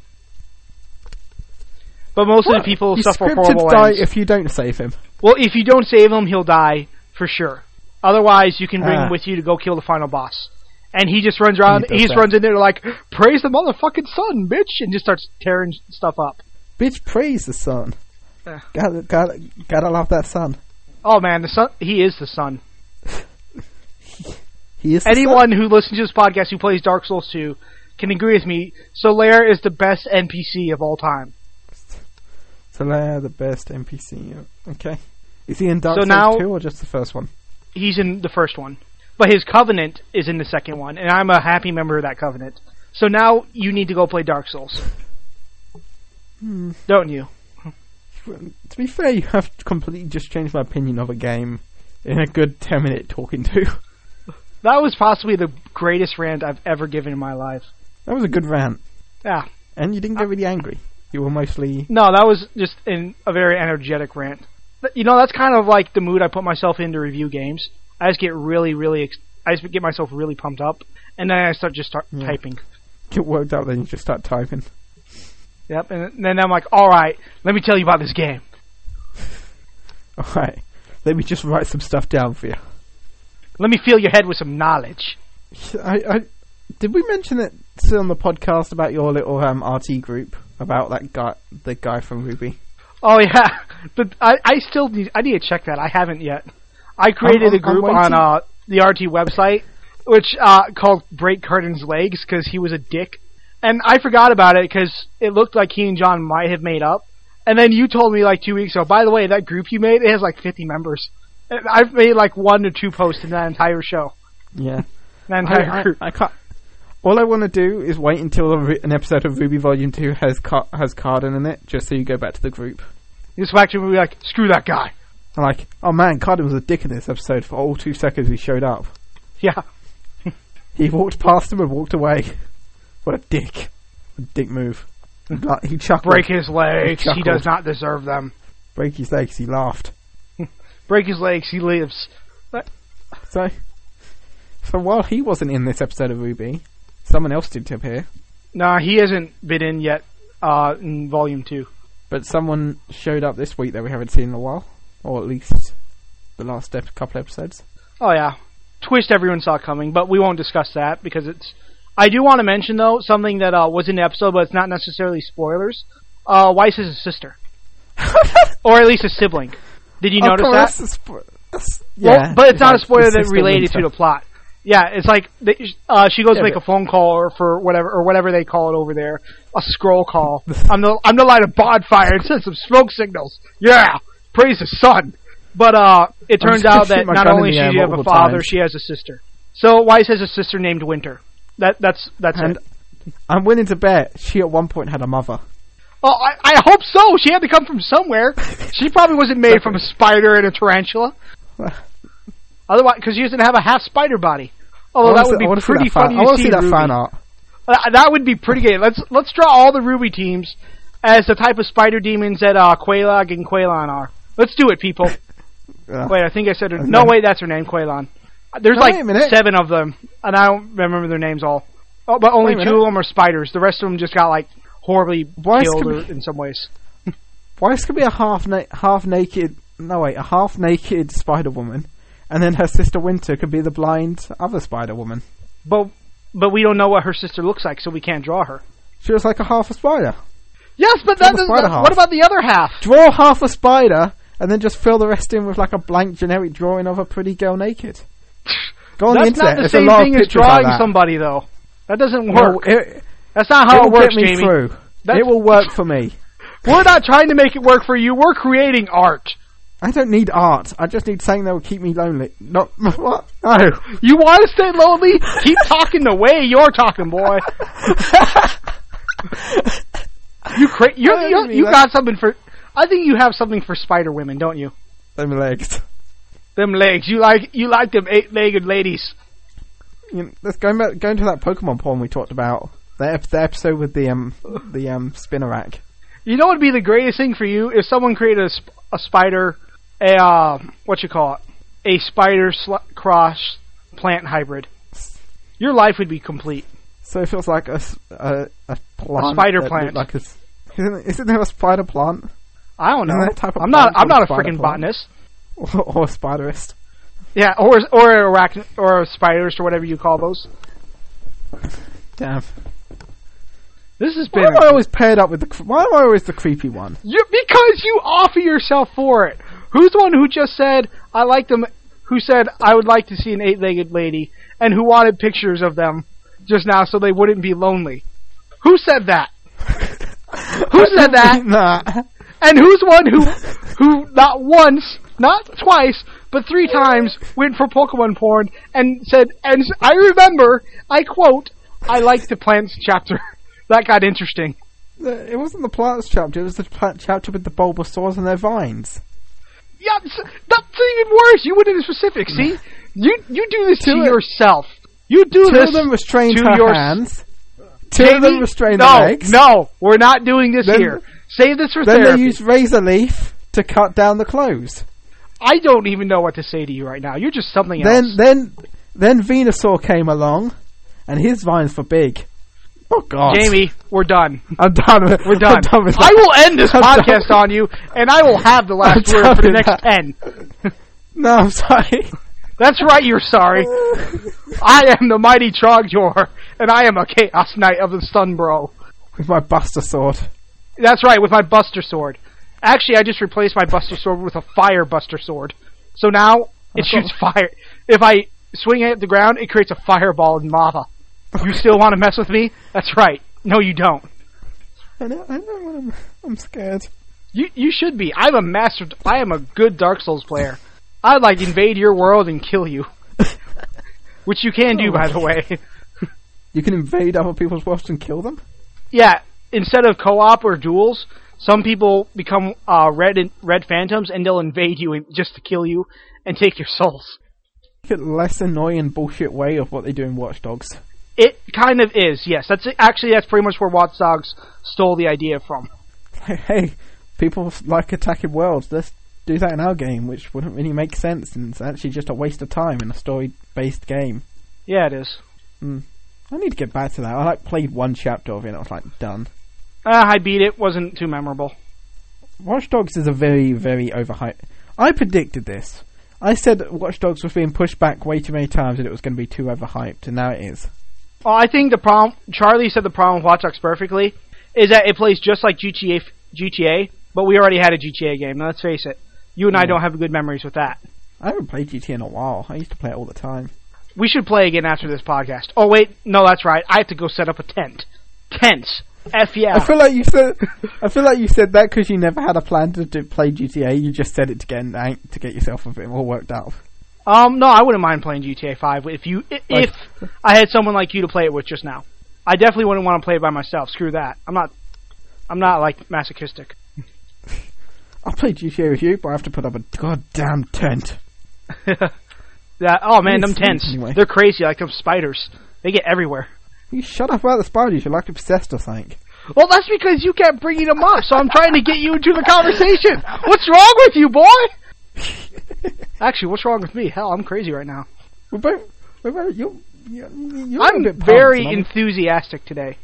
But most of the people
He's
suffer
scripted
horrible
to die
ends.
if you don't save him.
well, if you don't save him, he'll die for sure. Otherwise, you can bring
Ah.
him with you to go kill the final boss. And he just runs around.
He
He,
does
just
that.
runs in there like, "Praise the motherfucking sun, bitch!" and just starts tearing stuff up.
Bitch, praise the sun.
Yeah.
Gotta, gotta, gotta love that sun.
Oh man, the sun. He is the sun.
He is the
Anyone who listens to this podcast who plays Dark Souls 2 can agree with me. Solaire is the best NPC of all time.
sun. Solaire, the best NPC. Okay, is he in Dark
So
Souls
now-
two or just the first one?
he's in the first one, but his covenant is in the second one, and I'm a happy member of that covenant. So now you need to go play Dark Souls, don't you?
To be fair, you have completely just changed my opinion of a game in a good ten minute talking to.
That was possibly the greatest rant I've ever given in my life.
That was a good rant,
Yeah,
and you
Uh,
didn't get really angry. You were mostly
no, that was just in a very energetic rant. But, You know, that's kind of like the mood I put myself in to review games. I just get really, really, ex- I just get myself really pumped up, and then I start just start
Yeah.
typing.
get worked up, then you just start typing.
Yep, and then I'm like, all right, let me tell you about this game.
All right, let me just write some stuff down for you.
Let me fill your head with some knowledge.
I, I did we mention it still on the podcast about your little um, RT group about that guy, the guy from Ruby.
Oh yeah, but I, I still need I need to check that. I haven't yet. I
I'm-
created a group
I'm
on
waiting.
uh, the RT website, which uh, called Break Curtin's Legs because he was a dick. And I forgot about it because it looked like he and John might have made up. And then you told me like two weeks ago, by the way, that group you made, it has like 50 members. And I've made like one or two posts in that entire show.
Yeah.
That entire
I, I,
group.
I can't. All I want to do is wait until a re- an episode of Ruby Volume Two has Car- has Carden in it, just so you go back to the group.
You just whacked him and be like, screw that guy.
I'm like, oh man, Carden was a dick in this episode. For all two seconds he showed up,
Yeah.
he walked past him and walked away. What a dick! A dick move. Like, he chuckled,
Break his legs. He
Chuckled.
does not deserve them.
break his legs. He laughed.
Break his legs. He lives.
So, so while he wasn't in this episode of Ruby, someone else did appear,
Nah, he hasn't been in yet uh, in Volume 2.
but someone showed up this week that we haven't seen in a while, or at least the last ep- couple episodes.
Oh yeah, twist everyone saw coming, but we won't discuss that because it's. I do want to mention though something that uh, was in the episode, but it's not necessarily spoilers. Uh, Weiss is his sister, or at least a sibling. Did you notice that?
That's a spo- that's-
Well,
yeah,
but it's not a
like
spoiler
his
that
sister
related to
Winter.
the plot. Yeah, it's like they, uh, she goes
Yeah,
make
but-
a phone call or for whatever or whatever they call it over there, a scroll call. I'm the I'm the light a bonfire and send some smoke signals. Yeah, praise the sun. But uh, it
I'm just
turns
gonna
out
shoot
that
my
not
gun in
only
the
does
air
she have a
multiple
father,
times.
she has a sister. So Weiss has a sister named Winter. That that's that's
And
it.
I'm willing to bet she at one point had a mother.
Oh, I, I hope so. She had to come from somewhere. she probably wasn't made from a spider and a tarantula. Otherwise, because she doesn't have a half spider body.
I
Although
wanna
that
see- I
would be
wanna see
pretty
that fan-
funny
I
to
want
see.
to see that
Ruby.
fan art.
Uh, that would be pretty gay. Let's let's draw all the Ruby teams as the type of spider demons that uh, Qualag and Qualan are. Let's do it, people.
Yeah.
Wait, I think I said her. No, wait, that's her name, Qualan. Uh, There's
No, wait a
like
minute.
seven of them, and I don't remember their names all. Oh, but only
Wait a
two
minute.
of them are spiders. The rest of them just got like horribly
Why is
killed
Cam-
or, in some ways.
Why is going to be a half na- half naked? No wait, a half naked Spider Woman, and then her sister Winter could be the blind other Spider Woman.
But but we don't know what her sister looks like, so we can't draw her.
She was like a half a spider.
Yes, but
Draw
that
the
does,
spider
that,
half.
what about the other half?
Draw half a spider, and then just fill the rest in with like a blank generic drawing of a pretty girl naked. Go on the
That's
internet.
not the
There's
same
a lot of
thing as
pictures like
drawing
that.
somebody, though. That doesn't
No,
work.
it,
That's not
it
how
will
it
get
works,
me
Jamie.
through.
That's-
It will work for me.
We're not trying to make it work for you. We're creating art.
I don't need art. I just need something that will keep me lonely. Not what? No.
You want to stay lonely? Keep talking the way you're talking, boy. you cra- you're,
I don't
you're,
mean
you
that.
got something for. I think you have something for spider women, don't you?
Them legs.
Them legs. You like you like them eight-legged ladies.
You know, let's go back, going to that Pokemon porn we talked about. The, ep- the episode with the um the um Spinarak.
You know what would be the greatest thing for you if someone created a, sp- a spider, a uh, what you call it, a spider sl- cross plant hybrid. Your life would be complete.
So it feels like a s- a, a plant.
A spider
that
plant.
looked Like a, s- isn't, isn't there a spider plant
I don't know.
Isn't that type of
I'm not.
plant
I'm not a
called a spider
freaking
plant?
botanist.
or, or a spiderist?
Yeah, or or arachn- or spiders or whatever you call those.
Damn.
This has been
Why am I always paired up with the? cre- Why am I always the creepy one?
you because you offer yourself for it. Who's the one who just said I like them? Who said I would like to see an eight-legged lady and who wanted pictures of them just now so they wouldn't be lonely? Who said that? who said that?
nah.
And who's the one who who not once, not twice, but three times went for Pokemon porn and said, and s- I remember, I quote, I like the plants chapter. that got interesting.
It wasn't the plants chapter. It was the plant chapter with the Bulbasaur's and their vines.
Yeah, s- that's even worse. You went into specifics. See, you you do this to,
To it.
yourself. You do
Two
this
of them restrained
to
her
your-
hands. Two of
Jamie,
them restrained
no,
her legs.
No, we're not doing this
Then-
here. Save this for
Then
therapy.
they used razor leaf to cut down the clothes.
I don't even know what to say to you right now. You're just something
Then
else.
then then Venusaur came along, and his vines were big. Oh God,
Jamie, we're done.
I'm done. With,
We're done.
I'm done with
I
that.
will end this
I'm done
podcast
with-
on you, and I will have the last
I'm
word for the
done
next
with
ten.
No, I'm sorry.
That's right, you're sorry. I am the mighty Trogjor, and I am a Chaos Knight of the Sun, bro.
with my Buster Sword.
That's right, with my Buster Sword. Actually, I just replaced my Buster Sword with a Fire Buster Sword. So now it shoots fire. If I swing it at the ground, it creates a fireball in lava. You still want to mess with me? That's right. No, you don't.
I know, I know what I'm. I'm scared.
You you should be. I'm a master. I am a good Dark Souls player. I'd like invade your world and kill you, which you can do, by the way.
You can invade other people's worlds and kill them.
yeah, instead of co-op or duels, some people become uh, red and, red phantoms and they'll invade you and, just to kill you and take your souls.
Like a less annoying bullshit way of what they do in Watch Dogs.
It kind of is, yes. That's actually that's pretty much where Watch Dogs stole the idea from.
Like, hey, people like attacking worlds. Let's do that in our game, which wouldn't really make sense, and it's actually just a waste of time in a story-based game.
Yeah, it is.
I need to get back to that. I like played one chapter of it, and I was like, done.
Uh, I beat it. wasn't too memorable.
Watch Dogs is a very, very overhyped. I predicted this. I said that Watch Dogs was being pushed back way too many times, and it was going to be too overhyped, and now it is.
Well, Oh, I think the problem. Charlie said the problem with Watch Dogs perfectly is that it plays just like GTA. f- GTA, but we already had a GTA game. Now let's face it. You
Hmm.
and I don't have good memories with that.
I haven't played GT in a while. I used to play it all the time.
We should play again after this podcast. Oh wait, no, that's right. I have to go set up a tent. Tents. F yeah.
I feel like you said. I feel like you said that because you never had a plan to do, play GTA. You just said it to get an ang- to get yourself a bit more worked up.
Um, no, I wouldn't mind playing GTA Five if you i- if I had someone like you to play it with just now. I definitely wouldn't want to play it by myself. Screw that. I'm not. I'm not like masochistic.
I'll play GTA with you, but I have to put up a goddamn tent.
That oh man, them
It's sweet
tents.
anyway.
They're crazy. Like them spiders. They get everywhere.
You shut up about the spiders. You're like obsessed or something.
Well, that's because you kept bringing them up, so I'm trying to get you into the conversation. What's wrong with you, boy? Actually, what's wrong with me? Hell, I'm crazy right now.
We're both. We're both you're, you're, you're a
I'm
bit pumped,
very
and I'm-
enthusiastic today.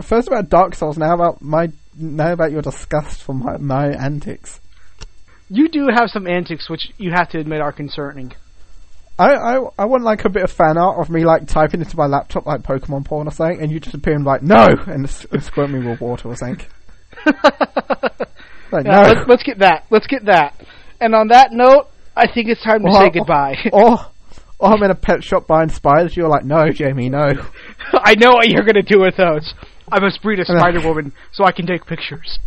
First about Dark Souls, now about my now about your disgust for my, my antics.
You do have some antics which you have to admit are concerning.
I, I I want like a bit of fan art of me like typing into my laptop like Pokemon porn or something, and you just appear and like no, and, s- and squirt me with water or something. like no,
Yeah, let's, let's get that. Let's get that. And on that note, I think it's time to
Or-
say goodbye.
Or, or I'm in a pet shop buying spiders. You're like no, Jamie, no.
I know what you're going to do with those. I must breed a spider woman so I can take pictures.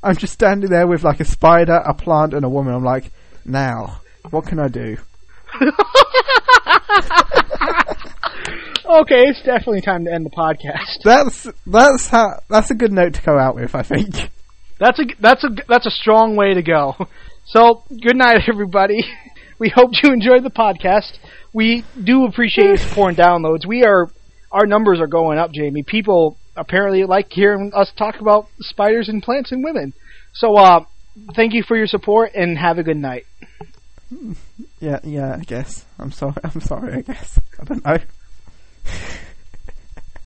I'm just standing there with like a spider, a plant, and a woman. I'm like, now what can I do?
Okay, it's definitely time to end the podcast.
That's that's how that's a good note to go out with. I think.
That's a that's a that's a strong way to go. So, good night everybody. We hope you enjoyed the podcast. We do appreciate porn downloads. We are our numbers are going up, Jamie. People apparently like hearing us talk about spiders and plants and women. So, uh thank you for your support and have a good night.
Yeah, yeah. I guess. I'm sorry. I'm sorry. I guess. I don't know.